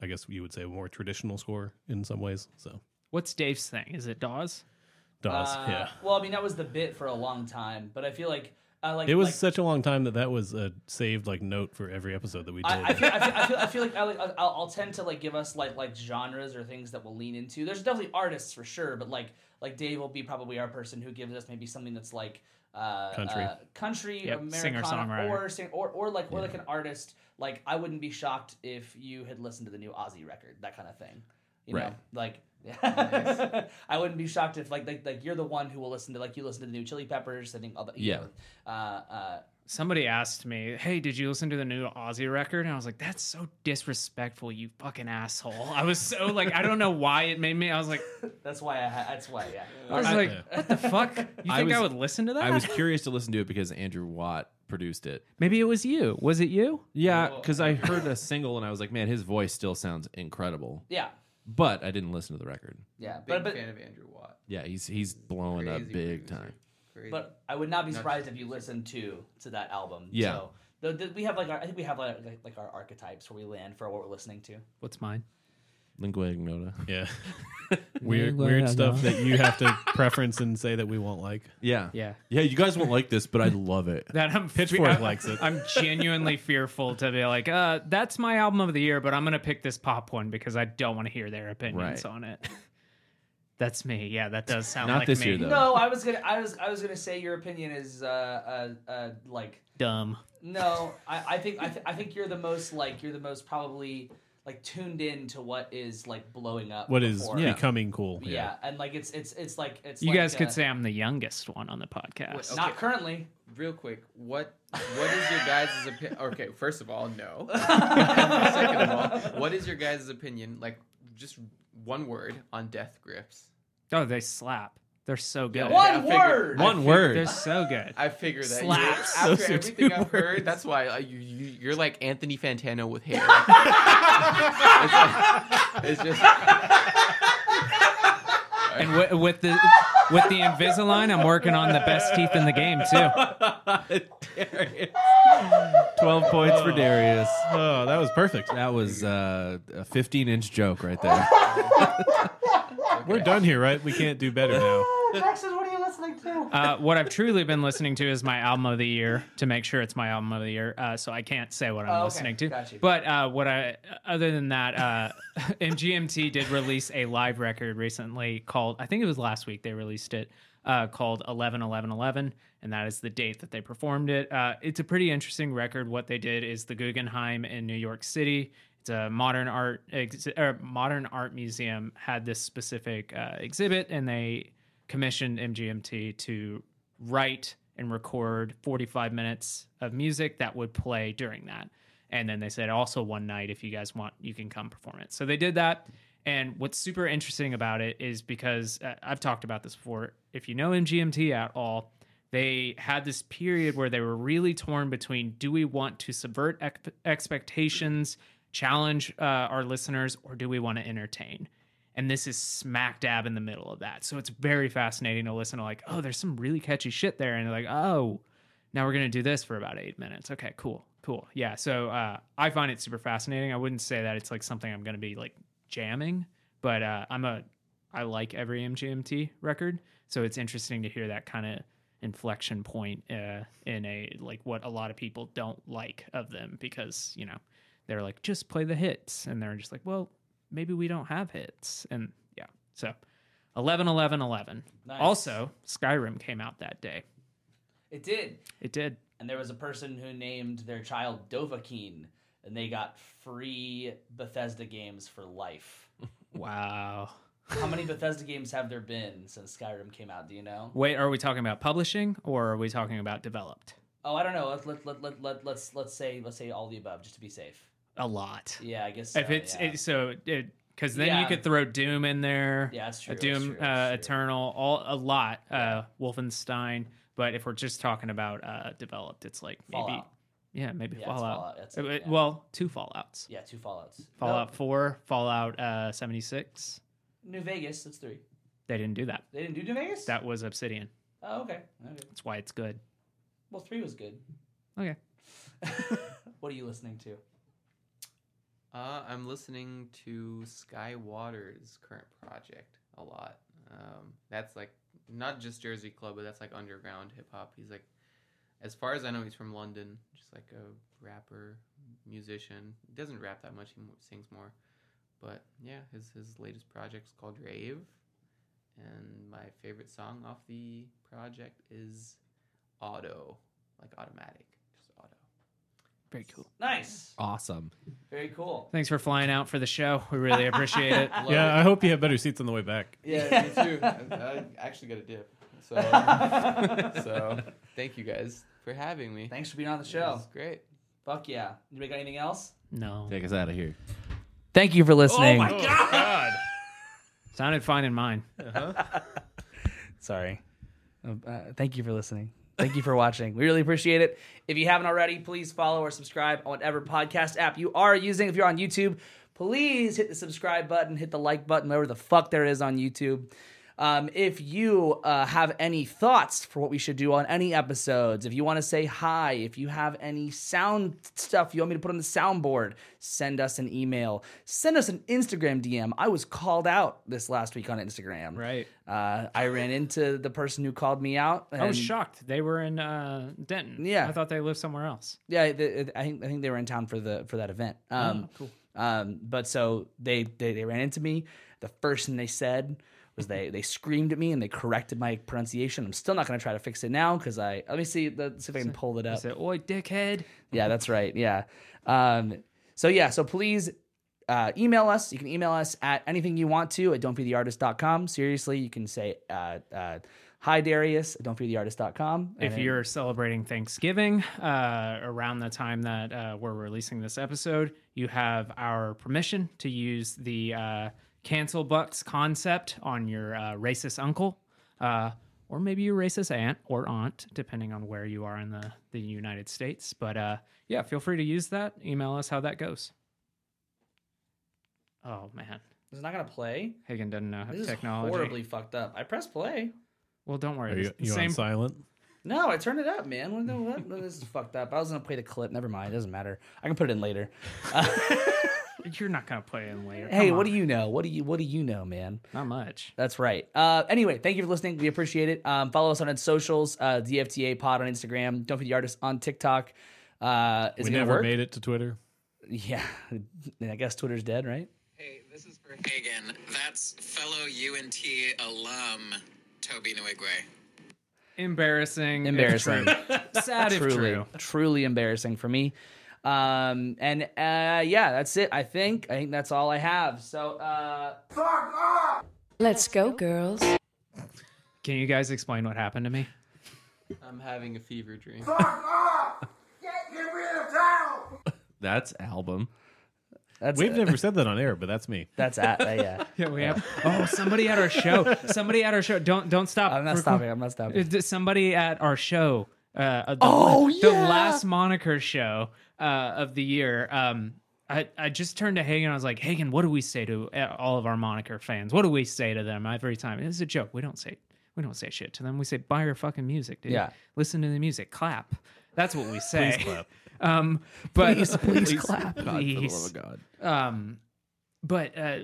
I guess you would say a more traditional score in some ways. So What's Dave's thing? Is it Dawes? Dawes, Uh, yeah. Well, I mean, that was the bit for a long time, but I feel like uh, like It was like- such a long time that that was a saved like note for every episode that we did. I, I, feel, I, feel, I, feel, I feel like I, like I'll, I'll tend to like give us like like genres or things that we'll lean into. There's definitely artists for sure, but like like Dave will be probably our person who gives us maybe something that's like uh, Country. uh, country, Yep, Americana, singer-songwriter. or sing, or or like or like an artist. Like I wouldn't be shocked if you had listened to the new Ozzy record, that kind of thing. You know, Right. like. I wouldn't be shocked if like, like like you're the one who will listen to like you listen to the new Chili Peppers. I think all the you Yeah. know, uh, uh, Somebody asked me, "Hey, did you listen to the new Aussie record?" And I was like, "That's so disrespectful, you fucking asshole." I was so like, I don't know why it made me. I was like, that's why I ha- that's why yeah. I was I- like, what the fuck? You think I I, was- would listen to that? I was curious to listen to it because Andrew Watt produced it. Maybe it was you. Was it you? Yeah, because I heard a single and I was like, man, his voice still sounds incredible. Yeah. But I didn't listen to the record. Yeah, Big but but, fan of Andrew Watt. Yeah, he's he's blowing up Crazy big producer. time. Crazy. but I would not be surprised if you listened to to that album. Yeah. So, the, the, we have like our, I think we have like, like like our archetypes where we land for what we're listening to. What's mine? Lingua ignota. yeah. weird weird stuff that you have to preference and say that we won't like. Yeah. Yeah. Yeah, you guys won't like this, but I love it. That I'm Pitchfork I'm- likes it. I'm genuinely fearful to be like, uh, that's my album of the year, but I'm gonna pick this pop one because I don't want to hear their opinions Right. on it. that's me. Yeah, that does sound Not like this me. year, though. No, I was gonna I was I was gonna say your opinion is uh uh, uh like Dumb. no I I think I, th- I think you're the most like you're the most probably like tuned in to what is like blowing up. What is before. Yeah. becoming cool? yeah. and like it's it's it's like it's. You like, guys uh, could say I'm the youngest one on the podcast. not Okay. currently. Real quick, what what is your guys' opinion? Okay, first of all, no. Second of all, what is your guys' opinion? Like, just one word on death grips. Oh, they slap. They're so good. What? I One figured- word! I One figured- word. They're so good. I figured that. you- Slaps. After Those are everything two I've words. heard, that's why uh, you, you, you're like Anthony Fantano with hair. it's, like- it's just And wi- with the with the Invisalign, I'm working on the best teeth in the game too. Darius. 12 points for Darius. Oh, that was perfect. That was uh, a 15 inch joke right there. We're done here, right? We can't do better now. Jackson, what are you listening to? Uh, what I've truly been listening to is my album of the year to make sure it's my album of the year. Uh, so I can't say what I'm Oh, okay. listening to. Got you. But uh, what I, other than that, uh, MGMT did release a live record recently called, I think it was last week they released it, uh, called 11 11 11. And that is the date that they performed it. Uh, it's a pretty interesting record. What they did is the Guggenheim in New York City. It's a modern art ex- or modern art museum had this specific uh, exhibit, and they commissioned MGMT to write and record 45 minutes of music that would play during that. And then they said, also one night, if you guys want, you can come perform it. So they did that. And what's super interesting about it is because uh, I've talked about this before. If you know MGMT at all, they had this period where they were really torn between do we want to subvert ex- expectations, challenge uh, our listeners, or do we want to entertain? and this is smack dab in the middle of that. So it's very fascinating to listen to like, oh, there's some really catchy shit there, and like, oh, now we're gonna do this for about eight minutes. Okay, cool, cool, yeah. So uh, I find it super fascinating. I wouldn't say that it's like something I'm gonna be like jamming, but uh, I'm a I like every MGMT record, so it's interesting to hear that kind of inflection point uh, in a like what a lot of people don't like of them because you know they're like just play the hits and they're just like well maybe we don't have hits and yeah so 11 11 11 Nice. also skyrim came out that day It did. it did and there was a person who named their child Dovahkiin, and they got free Bethesda games for life. wow How many Bethesda games have there been since Skyrim came out? Do you know? wait are we talking about publishing or are we talking about developed Oh, I don't know. Let's let let let, let let's let's say let's say all the above just to be safe. a lot Yeah, I guess so, if it's yeah. it, so it because then Yeah. you could throw doom in there Yeah, that's a true, that's doom true, uh, that's true. eternal all a lot uh wolfenstein but if we're just talking about uh developed it's like maybe Fallout. yeah maybe Yeah, it's fallout, Fallout, that's Uh, it, yeah. well two fallouts yeah, two Fallout's. fallout 4 fallout uh 76 No, New Vegas. That's three. They didn't do that. They didn't do New Vegas. That was Obsidian. oh, okay. okay. That's why it's good. Well, three was good. Okay. what are you listening to? Uh, I'm listening to Skywater's current project a lot. Um, that's like not just Jersey Club, but that's like underground hip hop. He's like, as far as I know, he's from London, just like a rapper, musician. He doesn't rap that much; he mo- sings more. But yeah, his his latest project's called Rave, and my favorite song off the project is Auto, like automatic, just auto. Very cool. Nice. Awesome. Very cool. Thanks for flying out for the show. We really appreciate it. Love Yeah, it. I hope you have better seats on the way back. Yeah, me too. I, I actually got a dip. So, Um, so thank you guys for having me. Thanks for being on the This show. is great. Fuck yeah. Anybody got anything else? Oh No. Take us out of here. Thank you for listening. God. Sounded fine in mine. Sorry. Um, Uh, thank you for listening. Thank you for watching. We really appreciate it. If you haven't already, please follow or subscribe on whatever podcast app you are using. If you're on YouTube, please hit the subscribe button, hit the like button, whatever the fuck there is on YouTube. Um, if you uh, have any thoughts for what we should do on any episodes, if you want to say hi, if you have any sound stuff you want me to put on the soundboard, send us an email. Send us an Instagram DM. I was called out this last week on Instagram. Right. Uh, I ran into the person who called me out. And, I was shocked. They were in uh, Denton. Yeah. I thought they lived somewhere else. Yeah, the, I think I think they were in town for the for that event. Um, cool. Um, but so they, they they ran into me. The first thing they said was they they screamed at me and they corrected my pronunciation. I'm still not going to try to fix it now because I let me see let see if I can pull it I up. said, Oi, dickhead. Yeah, that's right. Yeah. Um, so yeah, so please uh, email us. You can email us at anything you want to at don'tbetheartist.com. Seriously, you can say uh, uh, hi, Darius, at don'tbetheartist.com. if you're celebrating Thanksgiving uh, around the time that uh, we're releasing this episode, you have our permission to use the uh, cancel bucks concept on your uh, racist uncle, uh, or maybe your racist aunt or aunt, depending on where you are in the, the United States. But uh, yeah, feel free to use that. Email us how that goes. Oh man, It's not going to play. Higgin doesn't know This technology. is horribly fucked up. I press play. Well, don't worry. Are you, It's the you on same silent? No, I turned it up, man. What- no, what- no, this is fucked up. I was going to play the clip. Never mind. It doesn't matter. I can put it in later. You're not gonna play in later. hey, Come what do on. you know? What do you What do you know, man? Not much. That's right. Uh, anyway, thank you for listening. We appreciate it. Um, follow us on its socials, uh, DFTA Pod on Instagram, Don't Feed the Artist on TikTok. Uh, is We it gonna never work? made it to Twitter. yeah, And I guess Twitter's dead, right? Hey, this is for Hagen. That's fellow UNT alum Toby Nwigwe. Embarrassing. if Embarrassing. true. Sad if truly, true. truly embarrassing for me. Um, and uh, yeah, that's it. I think. I think that's all I have. So. Uh, Let's go, girls. Can you guys explain what happened to me? I'm having a fever dream. That's album. that's We've never said that on air, but that's me. That's at uh, yeah. Yeah, we have. Oh, somebody at our show. Somebody at our show. Don't don't stop. I'm not Real stopping. quick. I'm not stopping. Uh, th- Somebody at our show. Uh, the, Oh, the yeah! last moniker show uh, of the year. Um, I, I just turned to Hagen. I was like, Hagen, what do we say to uh, all of our moniker fans? What do we say to them every time? It's a joke. We don't say we don't say shit to them. We say buy your fucking music, dude. Yeah. Listen to the music. Clap. That's what we say. Please clap. Um, but Please clap. God, for the love Please. of God. um, but uh,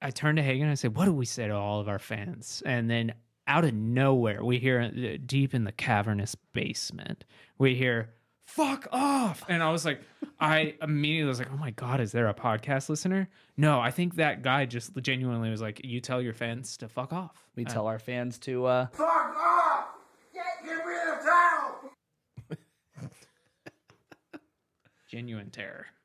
I turned to Hagen and I said, "What do we say to all of our fans?" And then out of nowhere, we hear uh, deep in the cavernous basement, we hear "fuck off," and I was like, I immediately was like, "Oh my god, is there a podcast listener?" No, I think that guy just genuinely was like, "You tell your fans to fuck off." We tell our fans to. Uh, Genuine terror.